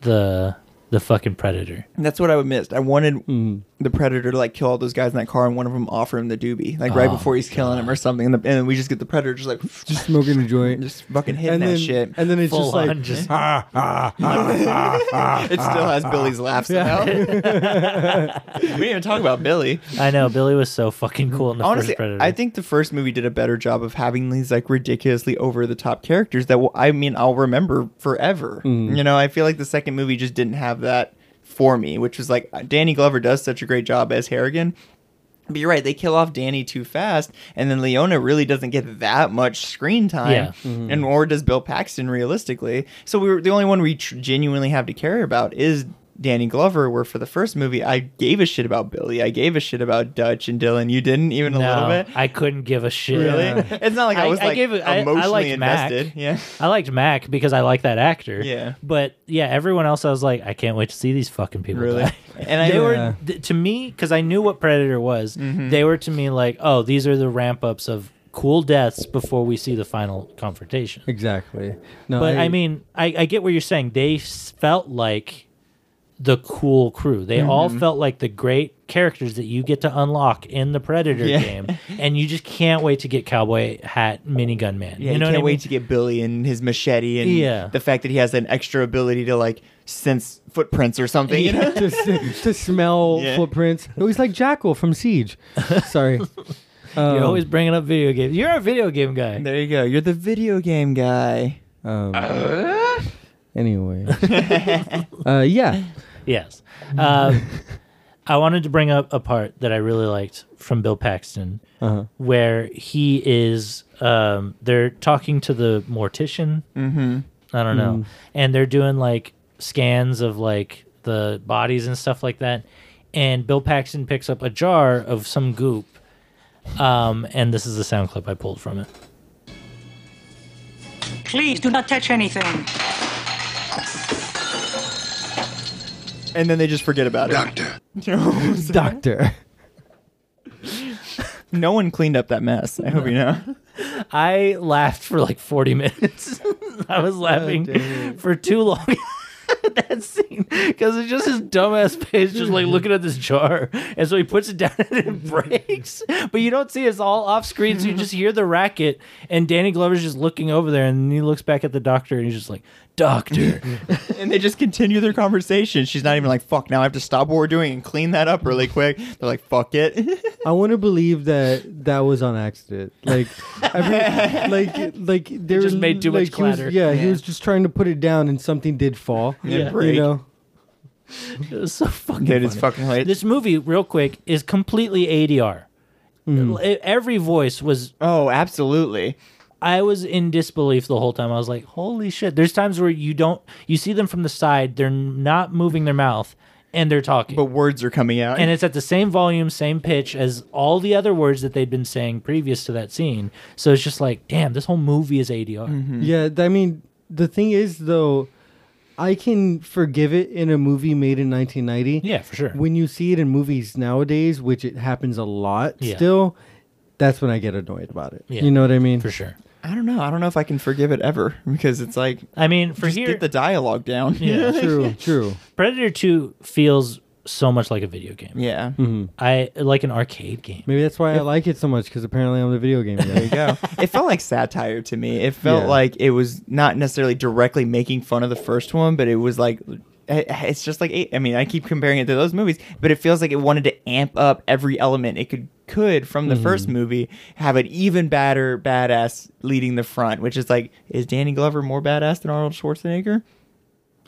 S1: the the fucking predator.
S2: And That's what I would missed. I wanted
S5: Mm.
S2: the predator to like kill all those guys in that car, and one of them offer him the doobie, like
S5: Oh,
S2: right before he's killing him or something. And, the, and we just get the predator just like
S5: Just smoking a joint.
S2: just fucking hitting
S5: and
S2: that
S5: then,
S2: shit.
S5: and then it's
S1: Full
S5: just like
S1: on just
S2: It still has Billy's laugh somehow. we didn't even talk about Billy.
S1: I know Billy was so fucking cool in the
S2: Honestly,
S1: first Predator.
S2: I think the first movie did a better job of having these like ridiculously over the top characters that will, I mean I'll remember forever.
S1: Mm.
S2: You know, I feel like the second movie just didn't have that for me, which was like uh, Danny Glover does such a great job as Harrigan. But you're right, they kill off Danny too fast, and then Leona really doesn't get that much screen time.
S1: Yeah.
S2: And or does Bill Paxton realistically? So we were the only one we tr- genuinely have to care about is Danny Glover. Where for the first movie, I gave a shit about Billy, I gave a shit about Dutch and Dylan. You didn't even a
S1: No,
S2: little bit.
S1: I couldn't give a shit.
S2: Really? It's not like I,
S1: I-
S2: was
S1: I
S2: like
S1: gave it- I- I
S2: emotionally
S1: liked
S2: invested.
S1: Mac.
S2: Yeah.
S1: I liked Mac because I like that actor.
S2: Yeah.
S1: But yeah, everyone else, I was like, I can't wait to see these fucking people.
S2: Really?
S1: die.
S2: And I
S1: they
S5: Yeah.
S1: were th- to me because I knew what Predator was.
S2: Mm-hmm.
S1: They were to me like, oh, these are the ramp ups of cool deaths before we see the final confrontation.
S5: exactly. No,
S1: But I, mean, I, I get what you're saying. They s- felt like the cool crew. They all
S2: Mm-hmm.
S1: felt like the great characters that you get to unlock in the Predator
S2: Yeah.
S1: game, and you just can't wait to get Cowboy Hat Minigun Man.
S2: Yeah,
S1: you
S2: you
S1: know
S2: can't
S1: what I
S2: wait
S1: mean?
S2: to get Billy and his machete and
S1: Yeah.
S2: the fact that he has an extra ability to like sense footprints or something. You know?
S5: to, s- to smell
S2: Yeah.
S5: footprints. No, he's like Jackal from Siege. Sorry. Um,
S1: You're always bringing up video games. You're a video game guy.
S2: There you go. You're the video game guy.
S5: Anyway. uh, yeah.
S1: Yes. Um, I wanted to bring up a part that I really liked from Bill Paxton where he is, um, they're talking to the mortician. Mm-hmm. Mm. I don't know. And they're doing like scans of like the bodies and stuff like that. And Bill Paxton picks up a jar of some goop. Um, and this is a sound clip I pulled from it.
S9: Please do not touch anything.
S2: And then they just forget about
S7: Doctor.
S2: it. You know what I'm saying?
S5: Doctor.
S2: no one cleaned up that mess. I hope you know.
S1: I laughed for like 40 minutes. I was laughing for too long. that scene because it's just his dumbass face just like looking at this jar and so he puts it down and it breaks but you don't see it's all off screen so you just hear the racket and danny glover's just looking over there and he looks back at the doctor and he's just like doctor
S2: And they just continue their conversation. She's not even like, fuck, now I have to stop what we're doing and clean that up really quick. They're like, fuck it.
S5: I want to believe that that was on accident. Like, every, like, like there
S1: just made too much
S5: like, he was-
S1: clatter.
S5: yeah, he was just trying to put it down, and something did fall.
S2: it
S5: You
S2: break.
S5: know,
S1: it was so fucking
S2: Dude, it's
S1: funny.
S2: fucking hilarious.
S1: this movie real quick is completely adr e, every voice was
S2: oh, absolutely.
S1: I was in disbelief the whole time. I was like, "Holy shit!" There's times where you don't, you see them from the side. They're not moving their mouth, and they're talking,
S2: But words are coming out.
S1: and it's at the same volume, same pitch as all the other words that they'd been saying previous to that scene. So it's just like, damn, this whole movie is ADR.
S2: Mm-hmm.
S5: Yeah, th- I mean, the thing is though, I can forgive it in a movie made in 1990.
S1: Yeah, for sure.
S5: When you see it in movies nowadays, which it happens a lot
S1: Yeah.
S5: still, that's when I get annoyed about it.
S1: Yeah,
S5: you know what I mean?
S1: for sure.
S2: I don't know. I don't know if I can forgive it ever because it's like
S1: I mean, for
S2: just
S1: here,
S2: get the dialogue down.
S1: Yeah.
S5: True, true.
S1: Predator Two feels so much like a video game.
S2: Yeah.
S1: I like an arcade game.
S5: Maybe that's why I like it so much because apparently I'm the video game
S2: There you
S5: guy.
S2: go. it felt like satire to me. It felt
S5: Yeah.
S2: like it was not necessarily directly making fun of the first one, but it was like eh, eh, it's just like eh, I mean, I keep comparing it to those movies, but it feels like it wanted to amp up every element it could could from the first movie, have an even badder badass leading the front, which is like is Danny Glover more badass than Arnold Schwarzenegger?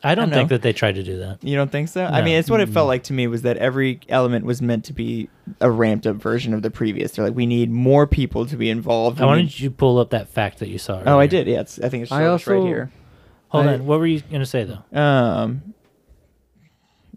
S1: I don't
S2: I know.
S1: think that they tried to do that.
S2: You don't think so? I
S1: No.
S2: mean, it's what it felt like to me was that every element was meant to be a ramped up version of the previous. They're like, we need more people to be involved.
S1: I
S2: We
S1: wanted
S2: need-
S1: you to pull up that fact that you saw.
S2: Oh, I
S1: earlier.
S2: did. Yeah, it's, I think it's
S5: I
S2: showing us right
S5: also-
S2: here.
S1: Hold
S5: I-
S1: on. What were you gonna say though?
S2: Um,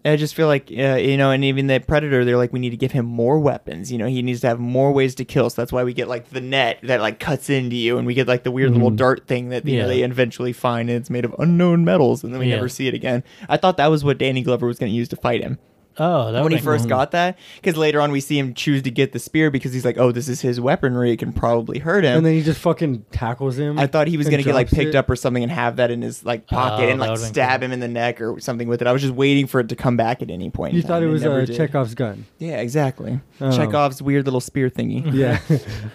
S2: I just feel like uh, you know, and even the predator, they're like, we need to give him more weapons. You know, he needs to have more ways to kill. So that's why we get like the net that like cuts into you, and we get like the weird little dart thing that you know,
S1: Mm. Yeah.
S2: they eventually find, and it's made of unknown metals, and then we
S1: Yeah.
S2: never see it again. I thought that was what Danny Glover was going to use to fight him
S1: Oh, that
S2: when he
S1: would-
S2: first got that, because later on we see him choose to get the spear because he's like, oh, this is his weaponry; it can probably hurt him.
S5: And then he just fucking tackles him.
S2: I thought he was
S5: and
S2: gonna get like
S5: drops
S2: picked
S5: it.
S2: up or something and have that in his like pocket
S1: Oh,
S2: and
S1: that
S2: like
S1: would've been
S2: stab
S1: cool.
S2: him in the neck or something with it. I was just waiting for it to come back at any point. in
S5: You
S2: time.
S5: thought it was
S2: never
S5: uh,
S2: did.
S5: Chekhov's gun.
S2: Yeah, exactly.
S5: Oh.
S2: Chekhov's weird little spear thingy.
S5: Yeah.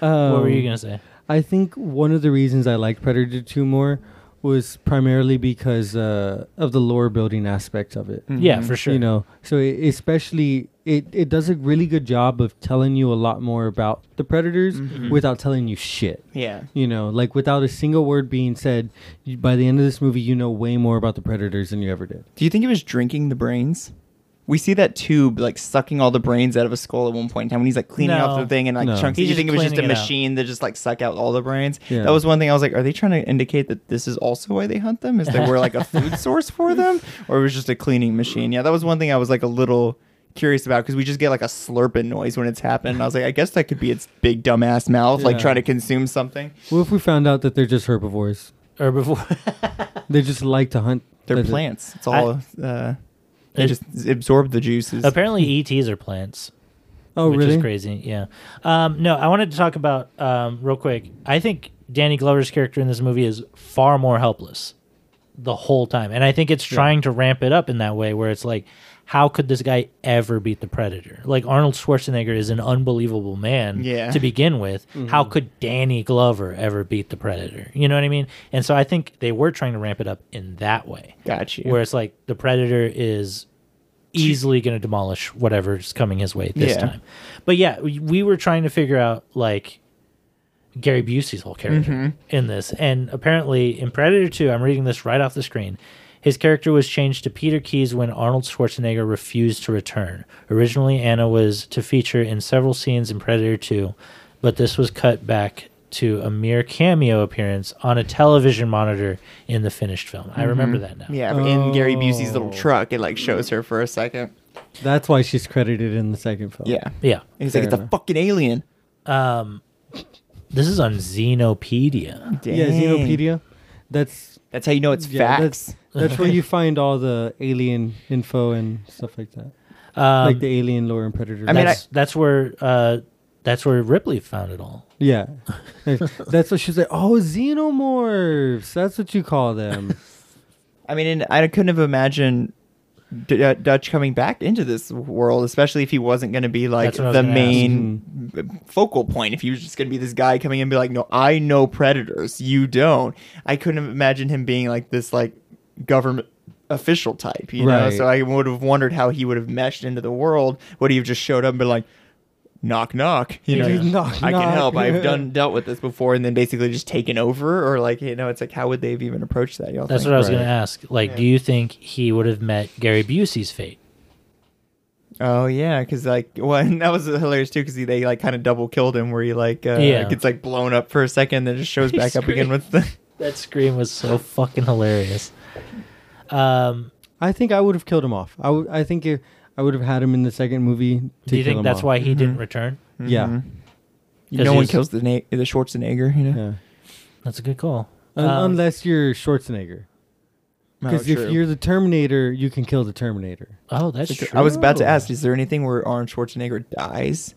S1: What
S5: Um,
S1: were you gonna say?
S5: I think one of the reasons I liked Predator 2 more was primarily because uh, of the lore building aspect of
S2: Mm-hmm.
S5: it.
S1: Yeah, for sure.
S5: mm, You know, so it, especially it, it does a really good job of telling you a lot more about the predators without telling you shit.
S2: Mm-hmm. Yeah.
S5: You know, like without a single word being said, you, by the end of this movie, you know way more about the predators than you ever did.
S2: Do you think it was drinking the brains? We see that tube like sucking all the brains out of a skull at one point in time when he's like cleaning
S1: No.
S2: off the thing and like
S5: No.
S2: chunks.
S1: He's
S2: you
S1: just
S2: think it was just a
S1: cleaning it out.
S2: machine that just like suck out all the brains?
S5: Yeah.
S2: That was one thing I was like, are they trying to indicate that this is also why they hunt them? Is they were like a food source for them, or it was just a cleaning machine? Yeah, that was one thing I was like a little curious about because we just get like a slurping noise when it's happening. And I was like, I guess that could be its big dumbass mouth like
S5: Yeah.
S2: trying to consume something.
S5: Well, if we found out that they're just herbivores?
S1: Or before
S5: They just like to hunt.
S2: They're
S5: That's it.
S2: plants. It's all. uh, they just absorb the juices.
S1: apparently ETs are plants.
S5: Oh,
S1: which
S5: really?
S1: is crazy. Yeah. Um, no, I wanted to talk about um, real quick. I think Danny Glover's character in this movie is far more helpless the whole time, and I think it's trying to ramp it up in that way where it's like, how could this guy ever beat the Predator? Like Arnold Schwarzenegger is an unbelievable man
S2: Yeah.
S1: to begin with. How
S5: Mm-hmm.
S1: could Danny Glover ever beat the Predator? You know what I mean? And so I think they were trying to ramp it up in that way.
S2: Got you.
S1: Where it's like the Predator is easily going to demolish whatever's coming his way this
S2: Yeah.
S1: time. But yeah, we, we were trying to figure out like Gary Busey's whole character
S2: Mm-hmm.
S1: in this, and apparently in Predator Two, I'm reading this right off the screen. His character was changed to Peter Keys when Arnold Schwarzenegger refused to return. Originally, Anna was to feature in several scenes in Predator 2, but this was cut back to a mere cameo appearance on a television monitor in the finished film. I remember that now.
S2: Mm-hmm. Yeah, in Gary Busey's
S5: Oh.
S2: little truck, it like shows her for a second.
S5: That's why she's credited in the second film.
S2: Yeah.
S1: Yeah.
S2: And he's
S5: Fair
S2: like, it's a
S5: enough.
S2: fucking alien.
S1: This is on Xenopedia.
S5: Yeah,
S2: Dang.
S5: Xenopedia. That's
S2: That's how you know it's
S5: yeah,
S2: facts.
S5: That's, that's where you find all the alien info and stuff like that,
S1: Um,
S5: like the alien lore and predator.
S2: I mean,
S1: that's, that's where uh, that's where Ripley found it all.
S5: yeah, that's what she's like. Oh, xenomorphs. That's what you call them.
S2: I mean, and I couldn't have imagined D- uh, Dutch coming back into this world, especially if he wasn't going to be like
S1: That's what I was
S2: the
S1: gonna Hmm.
S2: main uh, focal point. If he was just going to be this guy coming in and be like, no, I know predators, you don't. I couldn't have imagined him being like this, like, government official type, you know?
S5: Right.
S2: So I would have wondered how he would have meshed into the world. Would he have just showed up and been like, knock knock you know
S5: Yeah. Knock,
S2: i can
S5: knock.
S2: help i've done dealt with this before and then basically just taken over or like you know it's like how would they've even approached that y'all
S1: That's
S2: think?
S1: what I was going
S5: Right.
S1: to ask. Like, do you think he would have met Gary Busey's fate?
S2: Oh yeah, because like well, and that was hilarious too. Because they like kind of double killed him, where he like uh,
S1: Yeah.
S2: gets like blown up for a second, then just shows back up again with the.
S1: That scream was so fucking hilarious. Um,
S5: I think I would have killed him off. I would. I think if, I would have had him in the second movie. To
S1: Do you
S5: kill
S1: think
S5: him
S1: that's
S5: off.
S1: why Mm-hmm. he didn't return?
S5: Yeah.
S2: No one
S1: he's-
S2: kills the na- the Schwarzenegger, you know.
S5: Yeah.
S1: That's a good call.
S5: Un-
S1: Um,
S5: Unless you're Schwarzenegger,
S2: No,
S5: because
S2: true.
S5: if you're the Terminator, you can kill the Terminator.
S1: Oh, that's true.
S2: I was about to ask, is there anything where Arnold Schwarzenegger dies?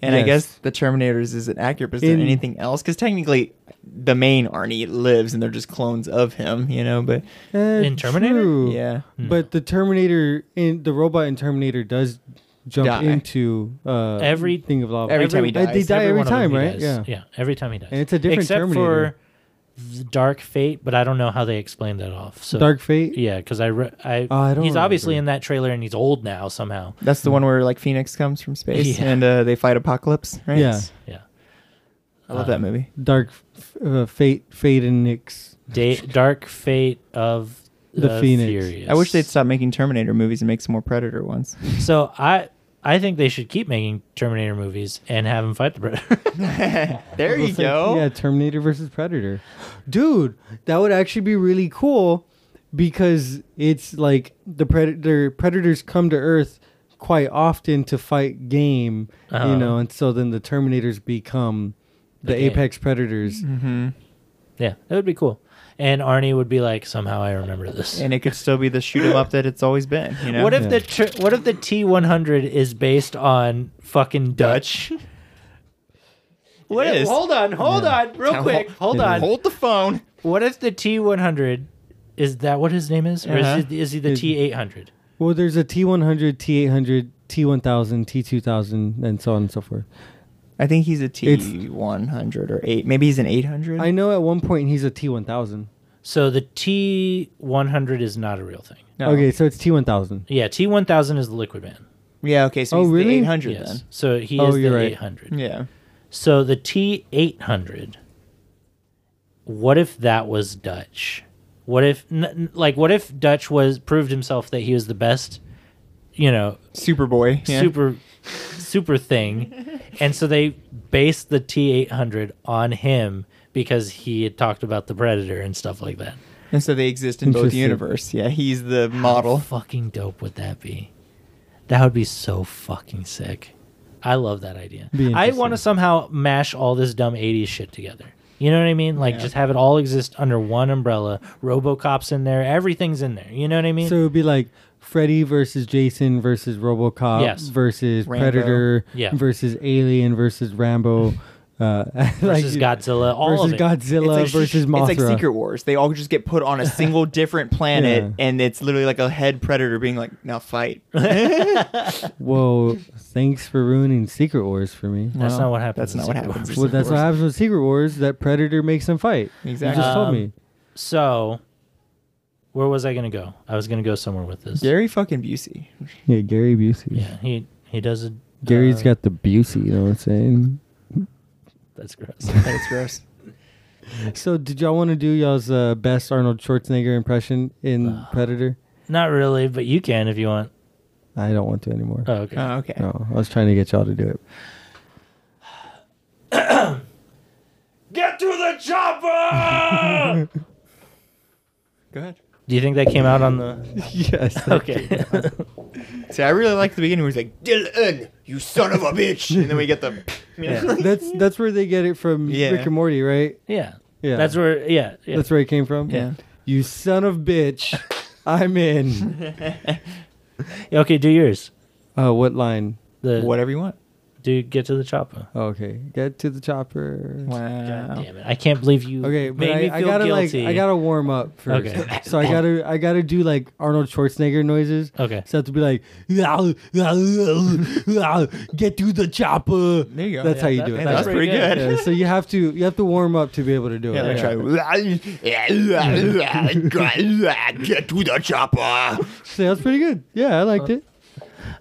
S2: And I
S5: Yes.
S2: guess the Terminators isn't accurate, but is there
S5: In-
S2: anything else? Because technically, the main Arnie lives and they're just clones of him, you know. But
S5: Eh,
S1: In Terminator? Hmm.
S5: true.
S2: yeah,
S5: But the Terminator in the robot in Terminator does jump
S2: Die.
S5: into uh,
S1: Every-
S5: thing of lava.
S2: every time he
S5: they-
S2: dies.
S5: They die
S1: Every
S5: every,
S1: one of them
S5: time,
S1: he
S5: right?
S1: does.
S5: Yeah.
S1: yeah. Every time he dies.
S5: And it's a different
S1: Except for
S5: Terminator.
S1: the Dark Fate, but I don't know how they explained that off. So
S5: Dark Fate.
S1: Yeah, because I, re- I,
S5: Oh, I don't
S1: he's obviously in
S5: remember.
S1: that trailer and he's old now somehow.
S2: that's the one where like Phoenix comes from space
S1: Hmm. Yeah.
S2: and uh, they fight Apocalypse, right?
S5: Yeah.
S1: Yeah,
S2: I love that movie.
S5: Dark f- uh, Fate, Fate and Nix.
S1: da- Dark Fate of
S5: The Phoenix.
S1: Furious.
S2: I wish they'd stop making Terminator movies and make some more Predator ones.
S1: So I, I think they should keep making Terminator movies and have him fight the Predator.
S2: There you
S5: It's like, Yeah, Terminator versus Predator. Dude, that would actually be really cool because it's like the predator predators come to Earth quite often to fight game,
S1: Uh-huh.
S5: you know, and so then the Terminators become the,
S1: game.
S5: apex predators.
S1: yeah, that would be cool. And Arnie would be like, somehow I remember this.
S2: And it could still be the shoot 'em up that it's always been. You know,
S1: What if
S5: Yeah.
S1: the tr- what if the T one hundred is based on fucking Dutch? What
S2: It
S1: if-
S2: is.
S1: hold on, hold on, real
S2: Now,
S1: quick, hold on.
S2: Hold the phone.
S1: What if the T one hundred is that what his name is, or
S2: Uh-huh.
S1: is, he, is he the T eight hundred?
S5: Well, there's a T100, T800, T1000, T2000 and so on and so forth.
S2: I think he's a T one hundred or eight. Maybe he's an eight hundred.
S5: I know at one point he's a T1000.
S1: So the T one hundred is not a real thing.
S5: Okay, so it's T1000.
S1: Yeah, T one thousand is the Liquid Man.
S2: Yeah. Okay. So
S5: Oh,
S2: he's
S5: really?
S2: the eight hundred
S1: Yes. So he
S5: Oh,
S1: is the
S5: you're right.
S1: eight hundred.
S2: then. Yeah.
S1: So the T eight hundred. What if that was Dutch? What if n- n- like what if Dutch was proved himself that he was the best, you know,
S2: Superboy. Yeah.
S1: super super thing, and so they based the T eight hundred on him because he had talked about the Predator and stuff like that.
S2: And so they exist in both
S5: Interesting.
S2: universe. Yeah. He's the model.
S1: Fucking dope would that be? That would be so fucking sick. I love that idea.
S5: Be
S1: I
S5: interesting.
S1: want to somehow mash all this dumb 80s shit together. You know what I mean? Like just have it all exist under one umbrella. RoboCop's in there, everything's in there. You know what I mean?
S5: So it would be like Freddy versus Jason versus RoboCop
S1: Yes.
S5: versus
S2: Rambo.
S5: Predator
S1: Yeah.
S5: versus Alien versus Rambo uh,
S1: versus Godzilla, all
S5: versus
S1: of it.
S5: Godzilla versus Mothra.
S2: It's like Secret Wars. They all just get put on a single different planet,
S5: Yeah.
S2: and it's literally like a head predator being like, "Now fight."
S5: Whoa! Thanks for ruining Secret Wars for me.
S1: That's
S2: No,
S1: not what happens.
S2: That's
S1: in
S2: not what
S1: Secret
S2: happens.
S1: Wars.
S5: Well, that's what happens with Secret Wars. That Predator makes them fight.
S2: Exactly.
S5: You just told
S1: Um,
S5: me.
S1: So, where was I going to go? I was going to go somewhere with this.
S2: Gary fucking Busey.
S5: Yeah, Gary Busey.
S1: Yeah, he he does a
S5: Gary's
S1: uh,
S5: got the Busey. You know what I'm saying?
S1: That's gross.
S2: That's gross.
S5: So, did y'all want to do y'all's uh, best Arnold Schwarzenegger impression in Predator?
S1: not really, but you can if you want.
S5: I don't want to anymore.
S1: Oh, okay.
S2: Oh, okay.
S5: No, I was trying to get y'all to do it.
S1: Get to the chopper!
S2: Go ahead.
S1: Do you think that came out on the?
S5: Yes.
S1: Okay.
S2: See, I really liked the beginning where he's like, Dylan, you son of a bitch. And then we get the.
S1: yeah.
S5: that's that's where they get it from
S2: Yeah.
S5: Rick and Morty, right?
S1: yeah.
S5: Yeah.
S1: That's where. Yeah. yeah.
S5: That's where it came from.
S2: Yeah.
S5: You son of bitch. I'm in.
S1: Okay. Do yours.
S5: Uh, what line?
S1: The
S2: Whatever you want.
S1: Do get to the chopper.
S5: Oh, okay. Get to the chopper.
S1: God
S2: Wow.
S1: damn it! I can't believe you.
S5: Okay, but
S1: made me feel
S5: I, I gotta
S1: guilty.
S5: like I gotta warm up first.
S1: Okay.
S5: So I gotta I gotta do like Arnold Schwarzenegger noises.
S1: Okay.
S5: So I have to be like get to the chopper.
S2: There you go.
S5: That's
S2: Yeah,
S5: how you
S1: that-
S5: do it.
S1: that's
S2: That's,
S1: pretty
S2: pretty good.
S5: Yeah, so you have to you have to warm up to be able to do
S2: Yeah,
S5: it.
S2: let me try. Get to the chopper.
S5: So that's pretty good. Yeah, I
S2: Uh,
S5: liked it.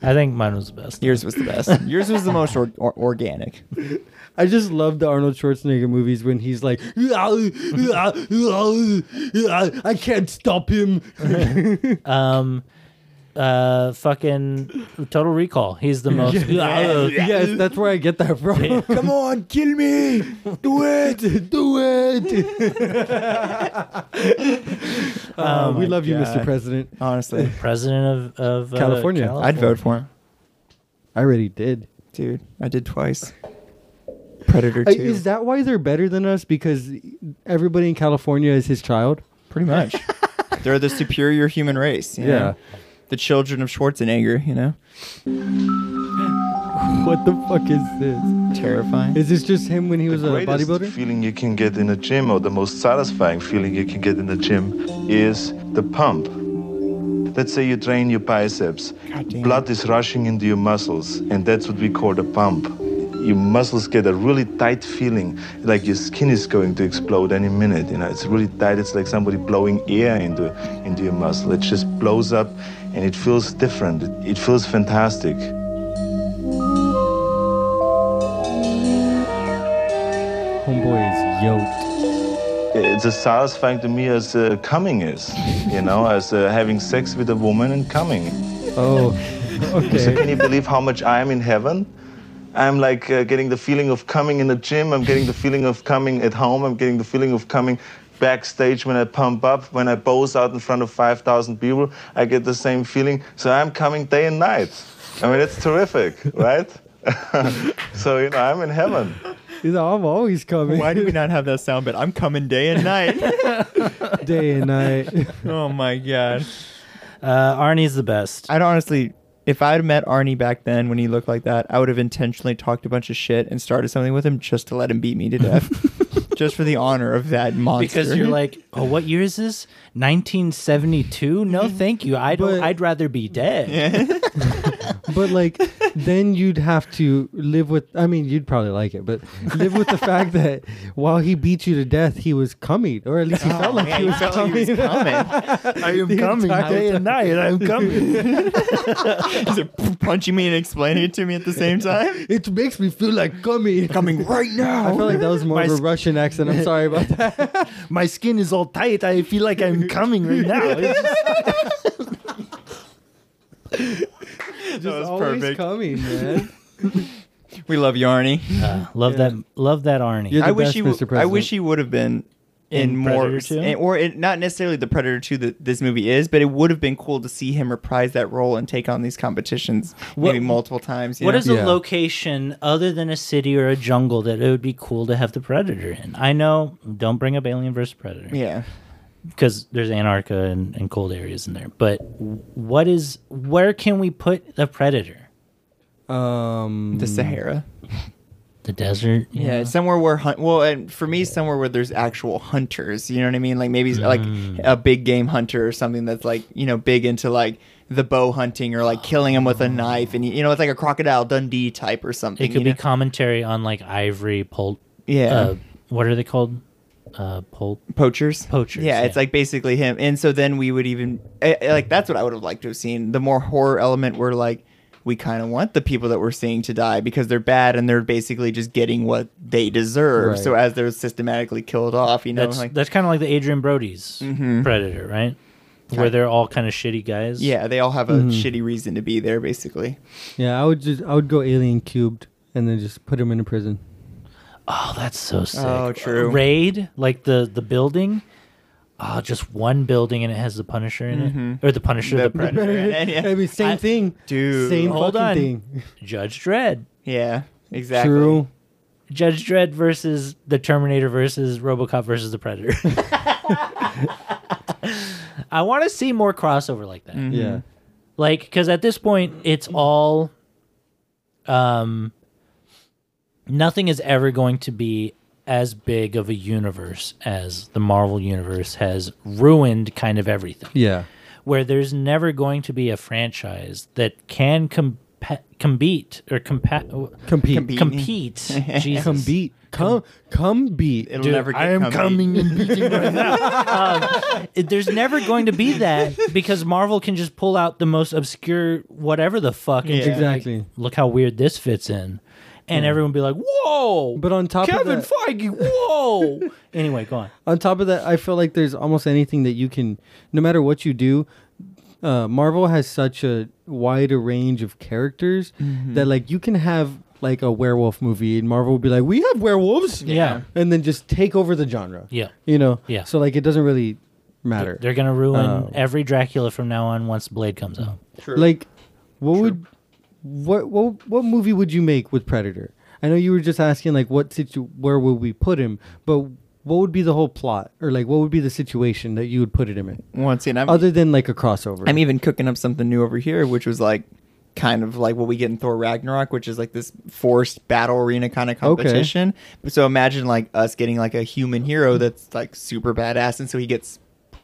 S1: I think mine was the best.
S2: Yours was the best. Yours was the most or- or- organic.
S5: I just love the Arnold Schwarzenegger movies when he's like, I can't stop him.
S1: Um, uh, fucking Total Recall. He's the most. uh,
S5: yes, that's where I get that from. Uh, Come on, kill me. Do it. Do it. Uh, we love you, Mr.
S2: God.
S5: President.
S2: Honestly,
S1: President of of uh,
S5: California. I'd
S2: I'd vote for him.
S5: I already did.
S2: Dude, I did twice. Predator 2.
S5: Uh, Is that why they're better than us? Because everybody in California is his child?
S2: Pretty much. They're the superior human race. you know? The children of Schwarzenegger, you know?
S5: What the fuck is this?
S2: Terrifying.
S5: Is this just him when he was a
S10: greatest
S5: bodybuilder?
S10: feeling you can get in the gym or the most satisfying feeling you can get in the gym is the pump let's say you train your biceps blood is rushing into your muscles and that's what we call the pump your muscles get a really tight feeling like your skin is going to explode any minute you know it's really tight it's like somebody blowing air into into your muscle it just blows up and it feels different it, it feels fantastic
S5: Homeboy is yoked.
S10: it's as satisfying to me as uh, coming is, you know, as uh, having sex with a woman and coming.
S5: Oh,
S10: So
S5: okay.
S10: can you believe how much I am in heaven? I'm like uh, getting the feeling of coming in the gym. I'm getting the feeling of coming at home. I'm getting the feeling of coming backstage when I pump up, when I pose out in front of 5,000 people. I get the same feeling. So I'm coming day and night. I mean, it's terrific, right? so, you know, I'm in heaven.
S5: He's like, I'm always coming
S2: Why do we not have that sound bit? I'm coming day and night.
S5: day and night.
S2: oh my god.
S1: Uh, Arnie's the best.
S2: I'd honestly, if I'd met Arnie back then when he looked like that, I would have intentionally talked a bunch of shit and started something with him just to let him beat me to death, just for the honor of that monster.
S1: because you're like, oh, what year is this? 1972? No, thank you. I don't.
S5: But-
S1: I'd rather be dead.
S5: but like then you'd have to live with i mean you'd probably like it but live with the fact that while he beat you to death he was coming or at least he felt like
S2: Yeah,
S5: he
S2: you
S5: was
S2: felt like
S5: coming
S2: he was coming.
S1: I am coming day and night. I'm coming.
S2: He's like, punching me and explaining it to me at the same time.
S5: it makes me feel like coming
S2: Coming right
S5: i
S2: now.
S5: felt like that was more
S1: My
S5: of a
S1: sc-
S5: russian accent i'm sorry about that
S1: My skin is all tight. I feel like I'm coming right now. It's just-
S5: just
S2: was
S5: always
S2: perfect.
S5: coming man
S2: We love you, Arnie.
S1: love that. Love that, Arnie.
S5: You're the
S2: I wish
S5: best,
S2: he.
S5: Mr.
S2: W- I wish
S5: President.
S2: he would have been in,
S1: In
S2: more,
S1: Predator 2?
S2: in- or in, not necessarily the Predator Two that this movie is, but it would have been cool to see him reprise that role and take on these competitions maybe multiple times. you
S1: What
S2: know?
S1: is a
S5: Yeah.
S1: location other than a city or a jungle that it would be cool to have the predator in? I know, don't bring up Alien versus Predator
S2: Yeah.
S1: because there's Antarctica and, and cold areas in there. But what is where can we put the predator?
S5: um
S2: The Sahara.
S1: The desert? you
S2: Yeah,
S1: know?
S2: somewhere where hunt. Well, and for me, somewhere where there's actual hunters. You know what I mean? Like maybe like
S1: Mm.
S2: a big game hunter or something that's like you know big into like the bow hunting or like killing them with a knife and you know it's like a crocodile Dundee type or something.
S1: it could
S2: you
S1: be
S2: know?
S1: commentary on like ivory pol.
S2: Yeah.
S1: Uh, what are they called? Uh, pol.
S2: poachers.
S1: Poachers,
S2: Yeah, it's
S1: yeah.
S2: like basically him. And so then we would even eh, eh, like that's what I would have liked to have seen. The more horror element where like we kind of want the people that we're seeing to die because they're bad and they're basically just getting what they deserve.
S5: Right.
S2: So as they're systematically killed off, you know,
S1: That's
S2: like Mm-hmm.
S1: that's kind of like the Adrian Brody's predator, right? Where they're all kind of shitty guys.
S2: Yeah, they all have a shitty reason to be there, basically.
S5: yeah i would just i would go alien cubed and then just put him in a prison
S1: Oh, that's so sick. Uh,
S2: Oh, true.
S1: Raid, like the the building. Oh, just one building and it has the Punisher in
S2: Mm-hmm.
S1: it, or the Punisher, the, Predator.
S5: i mean same thing
S2: Dude.
S5: same
S1: Hold
S5: fucking
S1: on.
S5: thing
S1: Judge Dredd.
S2: Yeah, exactly.
S5: true
S1: Judge Dredd versus the Terminator versus RoboCop versus the Predator. I want to see more crossover like that.
S2: Mm-hmm.
S5: yeah
S1: Like, because at this point, it's all, um, nothing is ever going to be as big of a universe as the Marvel universe has ruined kind of everything.
S5: yeah
S1: Where there's never going to be a franchise that can compa- compete or compa-
S5: compete
S2: Compete.
S1: compete. Jesus.
S5: come beat come come beat
S2: It'll
S1: Dude,
S2: never get
S1: I am
S2: coming.
S1: It- There's never going to be that because Marvel can just pull out the most obscure whatever the fuck and just be like,
S5: Exactly.
S1: look how weird this fits in. And everyone be like, whoa.
S5: Hmm. But on top of
S1: Kevin
S5: that-
S1: Feige, whoa. anyway, go on.
S5: on top of that, I feel like there's almost anything that you can, no matter what you do, uh, Marvel has such a wide range of characters that like you can have like a werewolf movie and Marvel will be like, we have werewolves,
S1: Yeah.
S5: and then just take over the genre,
S1: Yeah.
S5: you know,
S1: Yeah.
S5: So like it doesn't really matter.
S1: They're going to ruin
S5: Um,
S1: every Dracula from now on once Blade comes out.
S5: Like, what would what what what movie would you make with Predator? I know you were just asking like what situ where would we put him, but what would be the whole plot or like what would be the situation that you would put it in?
S2: Once again, I'm,
S5: other than like a crossover.
S2: I'm even cooking up something new over here, which was like kind of like what we get in Thor Ragnarok, which is like this forced battle arena kind of competition. So imagine like us getting like a human hero that's like super badass, and so he gets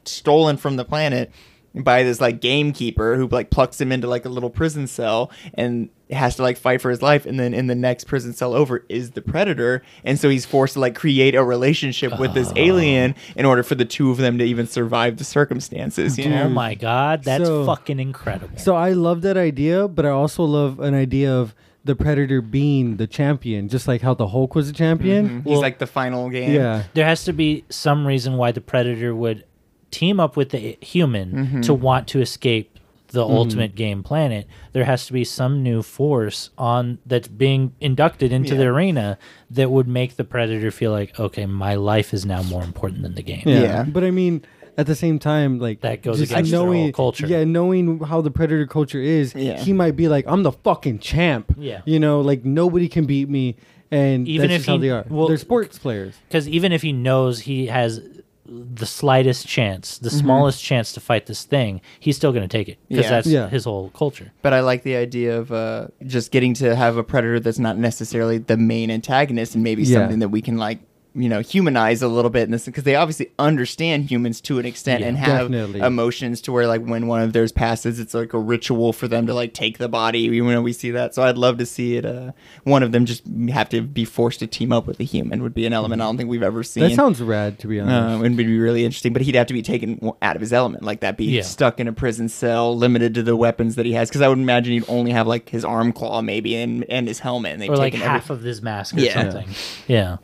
S2: stolen from the planet by this like gamekeeper who like plucks him into like a little prison cell and has to like fight for his life and then in the next prison cell over is the predator and so he's forced to like create a relationship with this alien in order for the two of them to even survive the circumstances you know
S1: Oh my god, that's
S5: Hmm. So-
S1: fucking incredible.
S5: So I love that idea, but I also love an idea of the Predator being the champion, just like how the Hulk was a champion.
S2: he's like the final game
S5: Yeah.
S1: There has to be some reason why the predator would team up with the human
S2: Mm-hmm.
S1: to want to escape the ultimate game planet. There has to be some new force on that's being inducted into the
S2: Yeah.
S1: arena that would make the predator feel like, okay, my life is now more important than the game.
S5: Yeah.
S2: Yeah.
S5: But I mean, at the same time, like
S1: That goes against their whole culture.
S5: Yeah, knowing how the predator culture is,
S2: Yeah.
S5: he might be like, "I'm the fucking champ."
S1: Yeah.
S5: you know, like nobody can beat me, and
S1: Even
S5: even
S1: if
S5: that's just how
S1: he-
S5: they are.
S1: well-
S5: They're sports players.
S1: because even if he knows he has the slightest chance, the smallest chance to fight this thing, he's still going to take it because
S2: Mm-hmm. Yeah.
S1: that's
S5: Yeah.
S1: his whole culture.
S2: But I like the idea of uh, just getting to have a predator that's not necessarily the main antagonist, and maybe
S5: Yeah.
S2: something that we can like you know humanize a little bit in this because they obviously understand humans to an extent and have
S5: Definitely.
S2: emotions to where like when one of theirs passes, it's like a ritual for them to like take the body. You know, we see that. So I'd love to see it. Uh, one of them just have to be forced to team up with a human would be an element I don't think we've ever seen.
S5: Mm-hmm. That sounds rad, to be honest.
S2: Um, it would be really interesting, but he'd have to be taken w- out of his element, like that, be
S1: Yeah.
S2: stuck in a prison cell, limited to the weapons that he has. Because I would imagine he'd only have like his arm claw, maybe, and and his helmet, and they've
S1: or like
S2: taken every-
S1: half of this mask or
S2: Yeah.
S1: something. Yeah.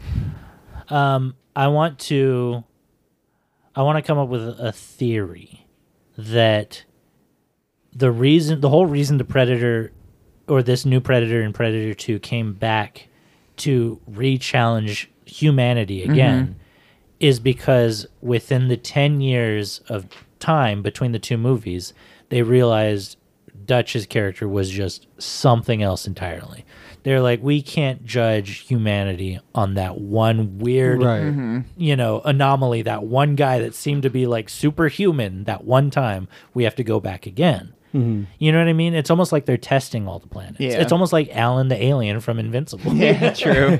S1: Um, I want to, I want to come up with a theory that the reason, the whole reason the Predator or this new Predator in Predator Two came back to re-challenge humanity again is because within the 10 years of time between the two movies, they realized Dutch's character was just something else entirely. They're like, we can't judge humanity on that one weird,
S5: Right.
S1: you know, anomaly, that one guy that seemed to be like superhuman that one time. We have to go back again.
S5: Mm-hmm.
S1: You know what I mean? It's almost like they're testing all the planets.
S2: Yeah.
S1: It's almost like Alan the alien from Invincible.
S2: yeah, true.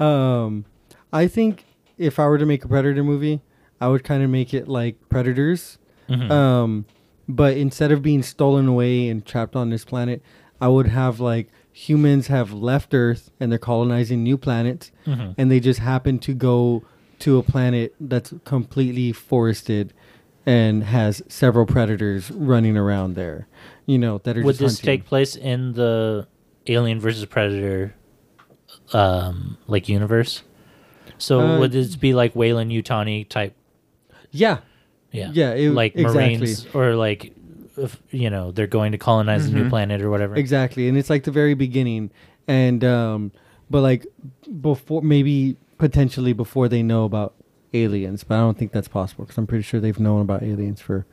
S5: Um, I think if I were to make a Predator movie, I would kind of make it like Predators.
S1: Mm-hmm.
S5: Um, but instead of being stolen away and trapped on this planet, I would have like humans have left Earth and they're colonizing new planets,
S1: Mm-hmm.
S5: and they just happen to go to a planet that's completely forested and has several predators running around there. You know that are
S1: Would
S5: just
S1: this
S5: hunting.
S1: take place in the Alien versus Predator um like universe? So
S5: Uh,
S1: would this be like Wayland Utani type?
S5: Yeah,
S1: Yeah,
S5: Yeah, it-
S1: like
S5: exactly.
S1: Marines or like if, you know they're going to colonize
S5: Mm-hmm.
S1: a new planet or whatever.
S5: Exactly, and it's like the very beginning, and um, but like before, maybe potentially before they know about aliens, but I don't think that's possible because I'm pretty sure they've known about aliens for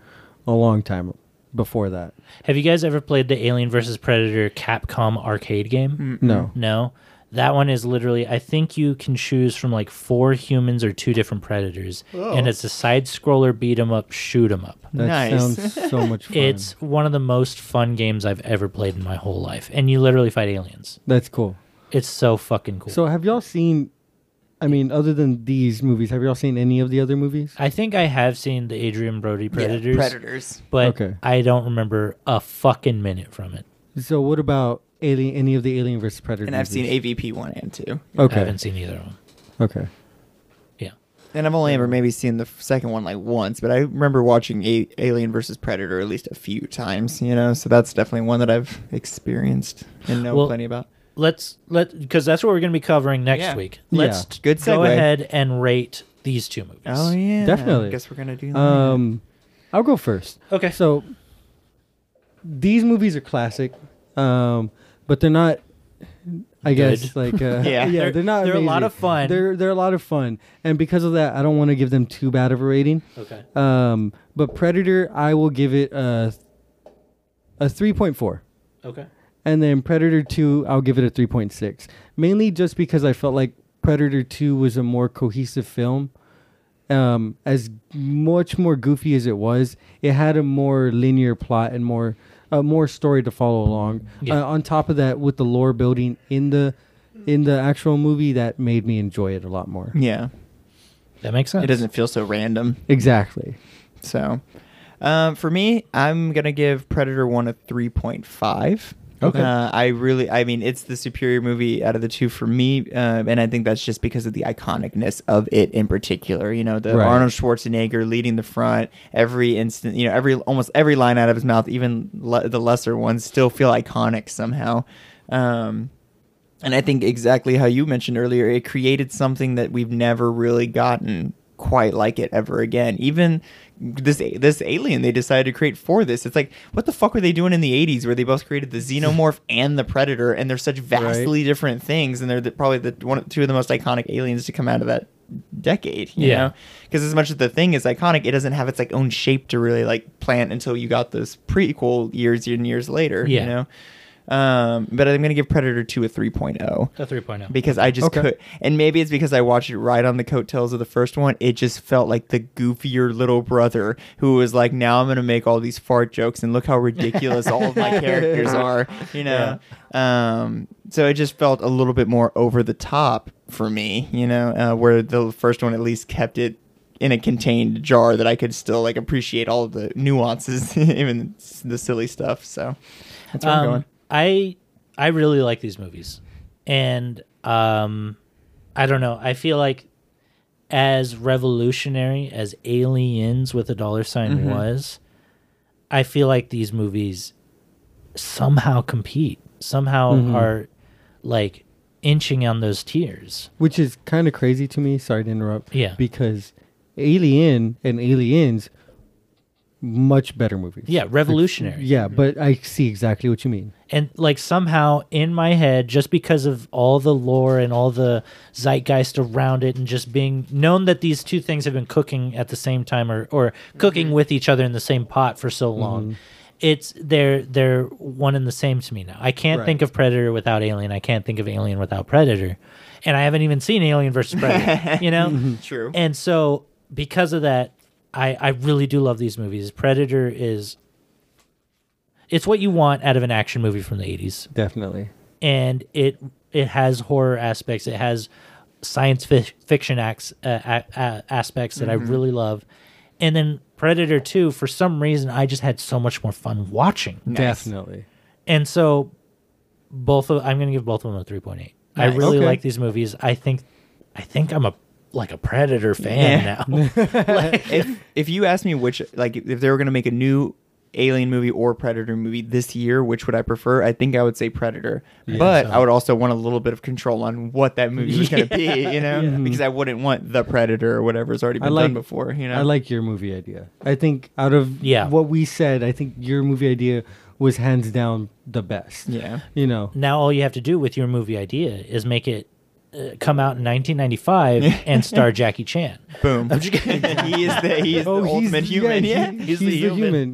S5: a long time before that.
S1: Have you guys ever played the Alien versus Predator Capcom arcade game?
S5: No,
S1: No. That one is literally I think you can choose from like four humans or two different predators and it's a side scroller beat 'em up shoot 'em up.
S5: that
S2: Nice.
S5: sounds so much fun.
S1: It's one of the most fun games I've ever played in my whole life. And you literally fight aliens.
S5: that's cool.
S1: It's so fucking cool.
S5: So have y'all seen? I mean, other than these movies, have y'all seen any of the other movies?
S1: I think I have seen the Adrian Brody Predators,
S2: predators.
S1: but
S5: Okay.
S1: I don't remember a fucking minute from it.
S5: So what about alien? Any of the Alien versus Predator?
S2: And I've seen
S5: movies?
S2: AVP one and two,
S1: I
S5: Okay.
S1: haven't seen either of them.
S5: Okay.
S1: Yeah.
S2: and I've only ever maybe seen the f- second one like once. But I remember watching a- Alien versus Predator at least a few times. You know, so that's definitely one that I've experienced and know
S1: Well,
S2: plenty about.
S1: Let's let because that's what we're going to be covering next
S2: Yeah.
S1: week.
S5: Yeah.
S1: Let's
S2: Good
S1: go
S2: segue.
S1: ahead and rate these two movies.
S2: Oh yeah,
S5: Definitely.
S2: Guess we're gonna do that.
S1: Uh,
S5: Um, I'll go first.
S1: Okay.
S5: So these movies are classic, um, but they're not. I guess
S1: Good.
S5: like uh,
S2: Yeah.
S5: yeah,
S1: They're-
S5: they're, not.
S1: they're a lot
S5: amazing.
S1: of fun.
S5: They're they're a lot of fun, and because of that, I don't want to give them too bad of a rating.
S1: Okay.
S2: uh,
S5: Um, but Predator, I will give it a a three point four
S1: Okay.
S5: and then Predator 2, I'll give it a 3.6. Mainly just because I felt like Predator 2 was a more cohesive film. Um, as much more goofy as it was, it had a more linear plot and more uh, more story to follow along.
S1: Yeah.
S5: Uh, on top of that, with the lore building in the in the actual movie, that made me enjoy it a lot more.
S2: Yeah.
S1: That makes sense.
S2: It doesn't feel so random.
S5: Exactly.
S2: So, um, for me, I'm gonna give Predator One a 3.5.
S5: Okay.
S2: Uh, I really, I mean, it's the superior movie out of the two for me, uh, and I think that's just because of the iconicness of it in particular. You know, the
S5: Right.
S2: Arnold Schwarzenegger leading the front, every instant, you know, every almost every line out of his mouth, even le- the lesser ones, still feel iconic somehow. Um, and I think exactly how you mentioned earlier, it created something that we've never really gotten quite like it ever again. Even this this alien they decided to create for this, it's like what the fuck were they doing in the '80s where they both created the xenomorph and the predator, and they're such vastly different things, and they're the, probably the one two of the most iconic aliens to come out of that decade. You
S1: Yeah.
S2: know? because as much as the thing is iconic, it doesn't have its like own shape to really like plant until you got this prequel years and years later.
S1: Yeah.
S2: You know. Um, but I'm gonna give Predator 2 a oh. 3.0
S1: A oh. 3.0.
S2: because I just
S5: Okay.
S2: could, and maybe it's because I watched it right on the coattails of the first one. It just felt like the goofier little brother who was like, "Now I'm gonna make all these fart jokes and look how ridiculous all of my characters are," you know. Um, so it just felt a little bit more over the top for me, you know, uh, where the first one at least kept it in a contained jar that I could still like appreciate all of the nuances, even the silly stuff. So that's where I'm
S1: Um,
S2: going.
S1: I I really like these movies, and um, I don't know. I feel like as revolutionary as Aliens with a dollar sign was, I feel like these movies somehow compete. Somehow are like inching on those tiers.
S5: which is kind of crazy to me. Sorry to interrupt.
S1: Yeah.
S5: because Alien and Aliens, much better movies.
S1: Yeah, revolutionary.
S5: yeah,
S2: Mm-hmm.
S5: but I see exactly what you mean.
S1: and like somehow in my head just because of all the lore and all the zeitgeist around it and just being known that these two things have been cooking at the same time or, or cooking with each other in the same pot for so long it's they're they're one and the same to me now i can't
S5: Right.
S1: think of predator without alien i can't think of alien without predator and i haven't even seen alien versus predator you know
S2: True.
S1: and so because of that i i really do love these movies predator is it's what you want out of an action movie from the 80s
S5: Definitely.
S1: and it it has horror aspects it has science fi- fiction acts, uh, a- a- aspects that
S2: Mm-hmm.
S1: i really love and then predator 2 for some reason i just had so much more fun watching
S5: Definitely.
S1: and so both of i'm gonna give both of them a 3.8 i
S2: Nice.
S1: really
S5: Okay.
S1: like these movies i think i think i'm a like a predator fan
S2: Yeah.
S1: now
S2: if if you asked me which like if they were gonna make a new alien movie or predator movie this year which would i prefer i think i would say predator but i would also want a little bit of control on what that movie was gonna be you know because i wouldn't want the predator or whatever's already been done before you know
S5: I like your movie idea. I think out of
S1: Yeah.
S5: what we said, I think your movie idea was hands down the best.
S2: Yeah.
S5: You know.
S1: now all you have to do with your movie idea is make it uh, come out in 1995 and star Jackie Chan.
S2: boom he is the he is
S5: Oh,
S2: the ultimate human yeah,
S5: he- he's, the, human.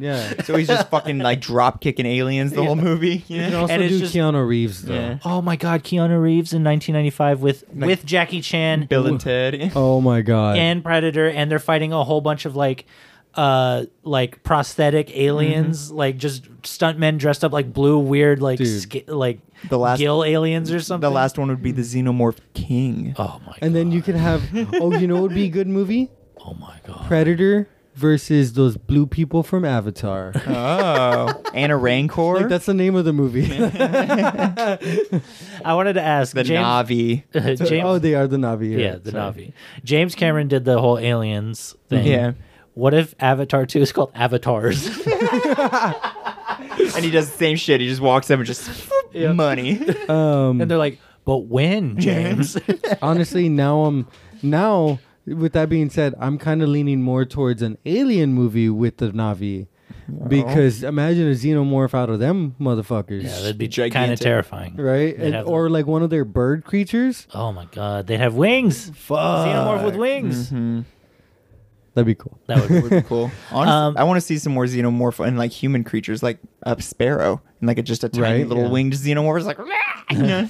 S5: Yeah.
S2: so he's just fucking like drop kicking aliens the whole movie you
S5: You
S2: know?
S5: can also
S2: and it's
S5: do
S2: just
S5: Keanu Reeves though.
S2: yeah.
S1: Oh my God, Keanu Reeves in 1995 with with Jackie Chan
S2: bill and ted
S5: Oh my god.
S1: and Predator, and they're fighting a whole bunch of like, uh, like prosthetic aliens, like just stuntmen dressed up like blue weird like
S5: Dude.
S1: sk- like
S2: The last-
S1: gill aliens or something.
S2: the last one would be the xenomorph king
S1: Oh my.
S5: And then you could have oh, you know what would be a good movie?
S1: Oh my God.
S5: Predator versus those blue people from Avatar.
S2: oh and a rancor
S5: like that's the name of the movie.
S1: I wanted to ask
S2: the
S1: James.
S2: navi
S1: James-
S5: oh, they are the Navi.
S1: Yeah, the Navi. James Cameron did the whole aliens thing.
S2: Yeah.
S1: What if Avatar 2 is called Avatars?
S2: and he does the same shit. He just walks up and just money.
S5: Um,
S1: and they're like, but when, James?
S5: Honestly, now I'm now with that being said, I'm kind of leaning more towards an alien movie with the Navi. Because imagine a xenomorph out of them motherfuckers,
S1: yeah, that'd be kind of
S2: Gigantic.
S1: terrifying.
S5: right?
S1: They'd
S5: And,
S1: have-
S5: or like one of their bird creatures.
S1: Oh my God. They'd have wings. Fuck. Xenomorph with wings.
S2: Mm-hmm.
S5: That'd be cool.
S1: That would be
S2: Would be cool. Honestly, I want to see some more xenomorph and like human creatures, like a sparrow and like a, just a tiny
S5: Right,
S2: little
S5: yeah.
S2: winged xenomorph. It's like, you know?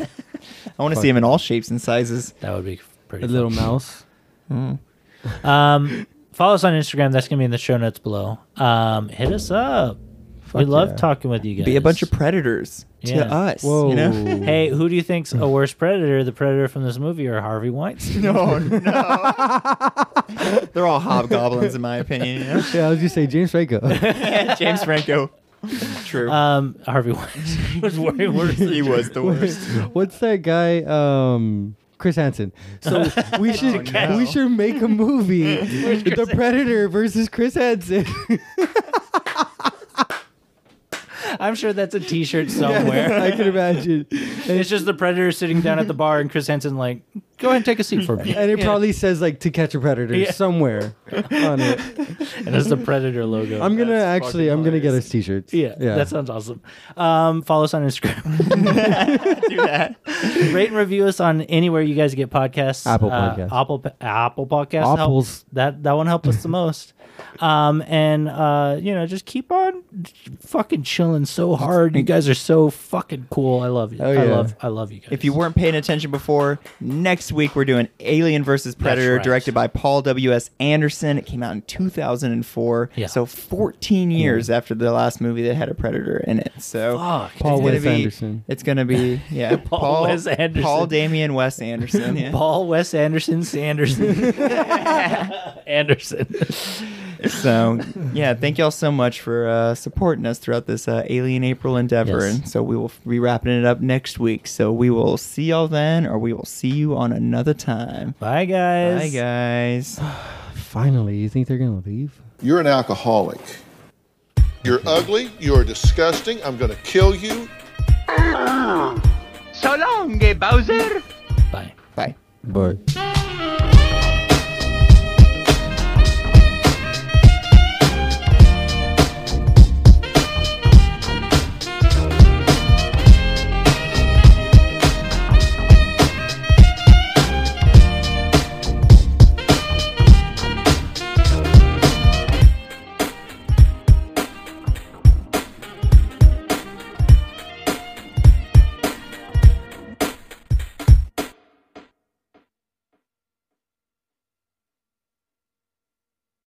S2: I want to see him in all shapes and sizes.
S1: that would be pretty
S5: A
S1: fun.
S5: little mouse.
S1: Um, follow us on Instagram. That's going to be in the show notes below. Um, hit us up. we love
S2: yeah.
S1: talking with you guys.
S2: Be a bunch of predators to us. You know?
S1: hey, who do you think's
S2: Mm.
S1: a worse predator, the predator from this movie or Harvey Weinstein?
S2: No, no. They're all hobgoblins, in my opinion. You know?
S5: yeah, I was just say James Franco.
S2: James Franco. True.
S1: Um, Harvey Weinstein was way worse. Than
S2: he was the worst.
S5: What's that guy? Um, Chris Hansen. So we should we should make a movie, The Predator versus Chris Hansen.
S1: I'm sure that's a T-shirt somewhere.
S5: I can imagine,
S1: It's just the predator sitting down at the bar, and Chris Henson like, go ahead and take a seat for me.
S5: and it probably says like "To Catch a Predator"
S1: Yeah.
S5: somewhere on it.
S1: And it's the predator logo.
S5: I'm gonna actually, I'm gonna get us T-shirts.
S1: yeah, that sounds awesome. Um, follow us on Instagram.
S2: Do that.
S1: Rate and review us on anywhere you guys get podcasts.
S5: Apple
S1: Podcasts.
S5: Podcasts.
S1: Apple Apple Podcasts.
S5: Apples.
S1: Help. That that one helped us the most. Um, and uh, you know, just keep on fucking chilling so hard. You guys are so fucking cool. I love you.
S5: Oh,
S1: I
S5: yeah.
S1: love I love you guys.
S2: If you weren't paying attention before, next week we're doing Alien versus Predator,
S1: right.
S2: directed by Paul W.S. Anderson. It came out in 2004.
S1: Yeah.
S2: So 14 years after the last movie that had a Predator in it. So
S1: Fuck.
S5: Paul
S2: it's gonna
S5: Wes
S2: be-
S5: Anderson.
S2: It's going to be, yeah.
S1: Paul Wes Anderson.
S2: Paul Damien Wes Anderson. yeah.
S1: Paul Wes Anderson Sanderson Anderson.
S2: So, yeah, thank y'all so much for uh, supporting us throughout this uh, Alien April endeavor.
S1: Yes.
S2: And so we will be wrapping it up next week. So we will see y'all then, or we will see you on another time.
S1: Bye guys.
S2: Bye, guys.
S5: Finally, you think they're gonna leave?
S11: You're an alcoholic. You're ugly. You're disgusting. I'm going to kill you.
S3: So long, Bowser!
S1: Bye.
S2: Bye.
S5: But.
S3: Bye.